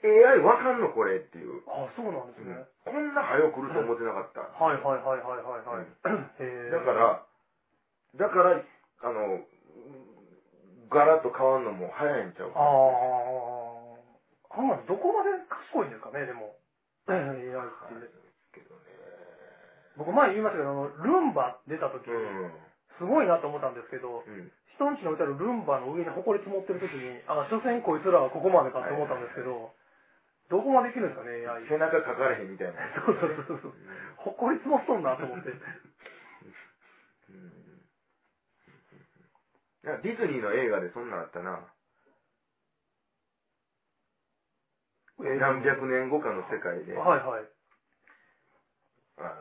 Speaker 1: AI わかんのこれっていう。
Speaker 2: あ、そうなんですね。
Speaker 1: こんな早く来ると思ってなかった。
Speaker 2: はいはいはいはいはいはい。へえ。
Speaker 1: だか、ら、だから、あの、ガラッと変わんのも早いんちゃう
Speaker 2: ああ、あんまりどこまで賢いんですかね、でも。AI って。
Speaker 1: けどね。
Speaker 2: 僕前言いましたけど、あの、ルンバ出た時
Speaker 1: う、ん。
Speaker 2: すごいなと思ったんですけど、
Speaker 1: うん。
Speaker 2: 人んちの置いてあるルンバの上に埃積もってる時に、あ、所詮こいつらはここまでかと思ったんですけど、どこまでいけるんですかね、AI。
Speaker 1: 背中かかれへんみたいな。
Speaker 2: そうそうそうそう。埃積もっとんなと思って。
Speaker 1: うんなんかディズニーの映画でそんなんあったな。何百年後かの世界で、
Speaker 2: はいはい。
Speaker 1: あの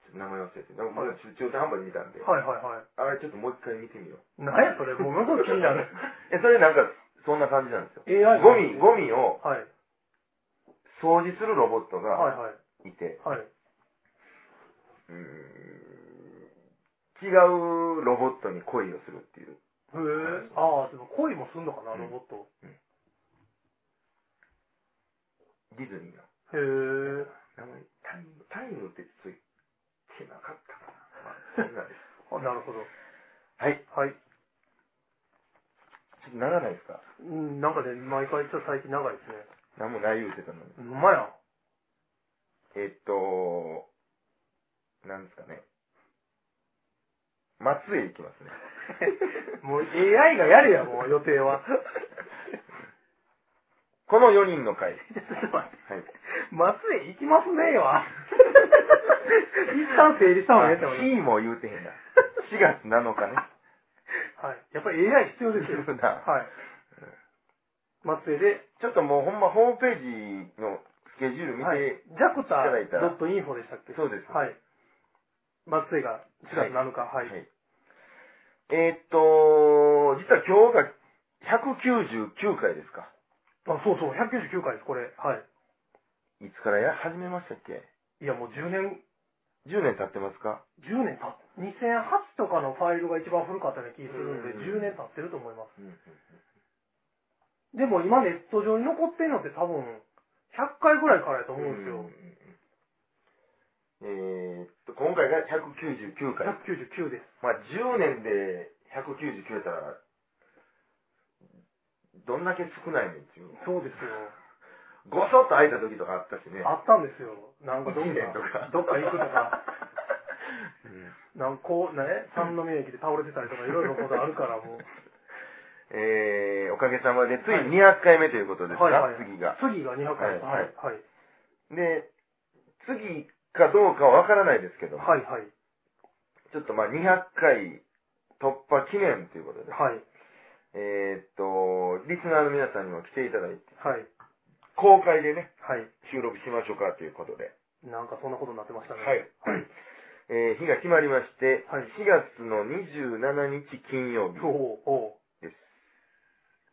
Speaker 1: ちょっと名前忘れて、でもまだ中中途半端に見たんで、
Speaker 2: はいはいはい。
Speaker 1: あれちょっともう一回見てみよう。
Speaker 2: なんやそれ、ものすごい気になる。
Speaker 1: え、それなんか、そんな感じなんですよ。
Speaker 2: AI
Speaker 1: ゴミ、ゴミを
Speaker 2: はい。
Speaker 1: 掃除するロボット
Speaker 2: はい
Speaker 1: が
Speaker 2: はい。
Speaker 1: いて、
Speaker 2: はい。
Speaker 1: うーん違うロボットに恋をするっていう。
Speaker 2: へえ。ああ、でも恋もすんのかな、
Speaker 1: うん
Speaker 2: ロボット。
Speaker 1: ディズニー
Speaker 2: へ
Speaker 1: の。
Speaker 2: え。
Speaker 1: 名前、タイム、タイムってついてなかったかな。まあ、そんなです。
Speaker 2: あなるほど。
Speaker 1: はい。
Speaker 2: はい。
Speaker 1: ちょっとならないですか
Speaker 2: うん、なんかね、毎回ちょっと最近長いですね。
Speaker 1: なんもない言うてたのに。
Speaker 2: うまい やん。
Speaker 1: えっと、なんですかね。松江行きますね。
Speaker 2: もう AI がやれや、もう予定は。
Speaker 1: この4人の会。
Speaker 2: ちょっと待って。
Speaker 1: はい。
Speaker 2: 松江行きますねー わ。一旦整理した方がいいと思い
Speaker 1: いいも言うてへんな。4月7日ね。
Speaker 2: はい。やっぱり AI 必要ですよ。
Speaker 1: 必要だ
Speaker 2: はい。松江で、
Speaker 1: ちょっともうほんまホームページのスケジュール見て、
Speaker 2: はい、
Speaker 1: だいたら
Speaker 2: JACTA.info でしたっけ
Speaker 1: そうです
Speaker 2: はい。松江が4月7日、はい。
Speaker 1: はいえーっと、実は今日が199回ですか。
Speaker 2: あ、そうそう、199回です、これ。はい。
Speaker 1: いつからや始めましたっけ
Speaker 2: いや、もう10年、
Speaker 1: 10年経ってますか
Speaker 2: 10年経っ2008とかのファイルが一番古かったような気がするんで、
Speaker 1: うん
Speaker 2: 10年経ってると思います。
Speaker 1: うん
Speaker 2: でも今ネット上に残ってるのって多分、100回ぐらいからやと思うんですよ。
Speaker 1: えーっと、今回が199回。
Speaker 2: 199です。
Speaker 1: まあ、10年で199やったら、どんだけ少ないねんっていう。
Speaker 2: そうですよ。
Speaker 1: ごそっと会えた時とかあったしね。
Speaker 2: あったんですよ。なんかどっ
Speaker 1: 1年と
Speaker 2: か
Speaker 1: か、
Speaker 2: どっか行くと か、
Speaker 1: うん
Speaker 2: なんかこうね、三宮駅で倒れてたりとかいろいろことあるからもう。
Speaker 1: えー、おかげさまで、ついに200回目ということですか、
Speaker 2: はいはい
Speaker 1: 次が。
Speaker 2: 次が200回。
Speaker 1: はい
Speaker 2: はい。
Speaker 1: で、次かどうかはわからないですけど、
Speaker 2: はいはい。
Speaker 1: ちょっとまあ200回突破記念ということで、
Speaker 2: はい。
Speaker 1: えーっと、リスナーの皆さんにも来ていただいて、
Speaker 2: はい。
Speaker 1: 公開でね、
Speaker 2: はい。
Speaker 1: 収録しましょうかということで、
Speaker 2: なんかそんなことになってましたね。
Speaker 1: はい。えー日が決まりまして、
Speaker 2: はい
Speaker 1: 4月の27日金曜日
Speaker 2: おうおう
Speaker 1: です。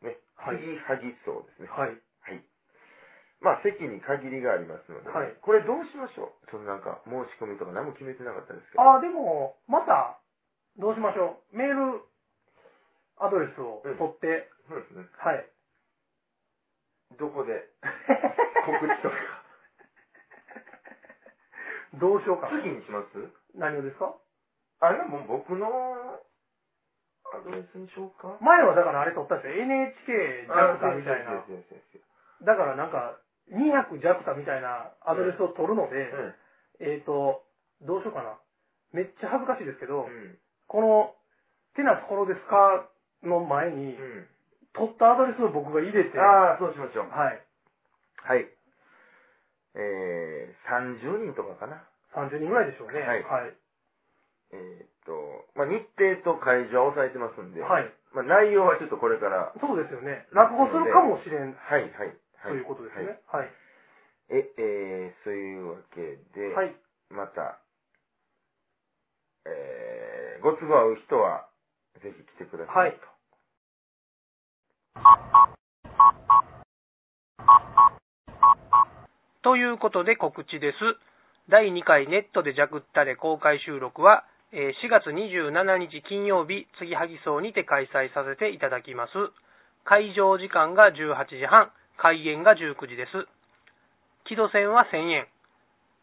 Speaker 1: ね、
Speaker 2: はい
Speaker 1: はぎはぎそうですね。
Speaker 2: はい。
Speaker 1: はい。まあ、席に限りがありますので、
Speaker 2: はい
Speaker 1: これどうしましょうそのなんか、申し込みとか何も決めてなかったですけど。
Speaker 2: ああ、でも、また、どうしましょう。メール、アドレスを取って、
Speaker 1: そうですね。
Speaker 2: はい。
Speaker 1: どこで告知とか。
Speaker 2: どうしようか。
Speaker 1: 次にします
Speaker 2: 何をですか
Speaker 1: あれもう僕のアドレスにしようか
Speaker 2: 前はだからあれ取ったんですよ。NHK ジャクタみたいな。
Speaker 1: そうそうそう
Speaker 2: だからなんか、200ジャクタみたいなアドレスを取るので、
Speaker 1: そう
Speaker 2: えっ、と、どうしようかな。めっちゃ恥ずかしいですけど、
Speaker 1: うん。
Speaker 2: この、てなところですかの前に、
Speaker 1: うん。
Speaker 2: 取ったアドレスを僕が入れて、は
Speaker 1: ああ、そうしましょう。
Speaker 2: い。
Speaker 1: はい。えー、30人とかかな。
Speaker 2: 30人ぐらいでしょうね。
Speaker 1: はい
Speaker 2: はい。
Speaker 1: えーっと、まあ、日程と会場は押さえてますんで、
Speaker 2: はい
Speaker 1: まあ、内容はちょっとこれから、
Speaker 2: そうですよね。落語するかもしれん、
Speaker 1: はい、はい。は
Speaker 2: ということですね。はい。
Speaker 1: はいえ、えー、そういうわけで、
Speaker 2: はい。
Speaker 1: また、えー、ご都合合う人は、ぜひ来てください。
Speaker 2: はい
Speaker 1: と。
Speaker 3: ということで告知です。第2回ネットでジャクったで公開収録は、えー4月27日金曜日、次はぎ荘にて開催させていただきます。会場時間が18時半、開演が19時です。木戸線は1000円。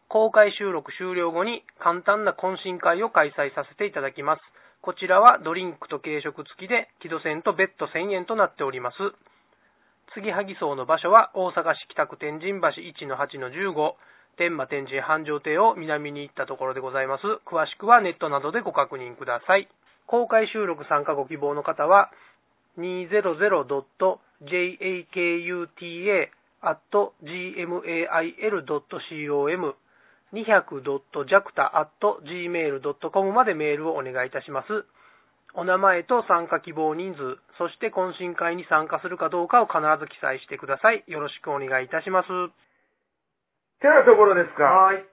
Speaker 3: 公開収録終了後に簡単な懇親会を開催させていただきます。こちらはドリンクと軽食付きで、木戸線と別途1000円となっております。次はぎ荘の場所は大阪市北区天神橋1-8-15天馬天神繁盛亭を南に行ったところでございます詳しくはネットなどでご確認ください公開収録参加ご希望の方は 200.jakuta.gmail.com 200.jacta.gmail.com までメールをお願いいたします。お名前と参加希望人数、そして懇親会に参加するかどうかを必ず記載してください。よろしくお願いいたします。
Speaker 1: てなところですか。
Speaker 2: はい。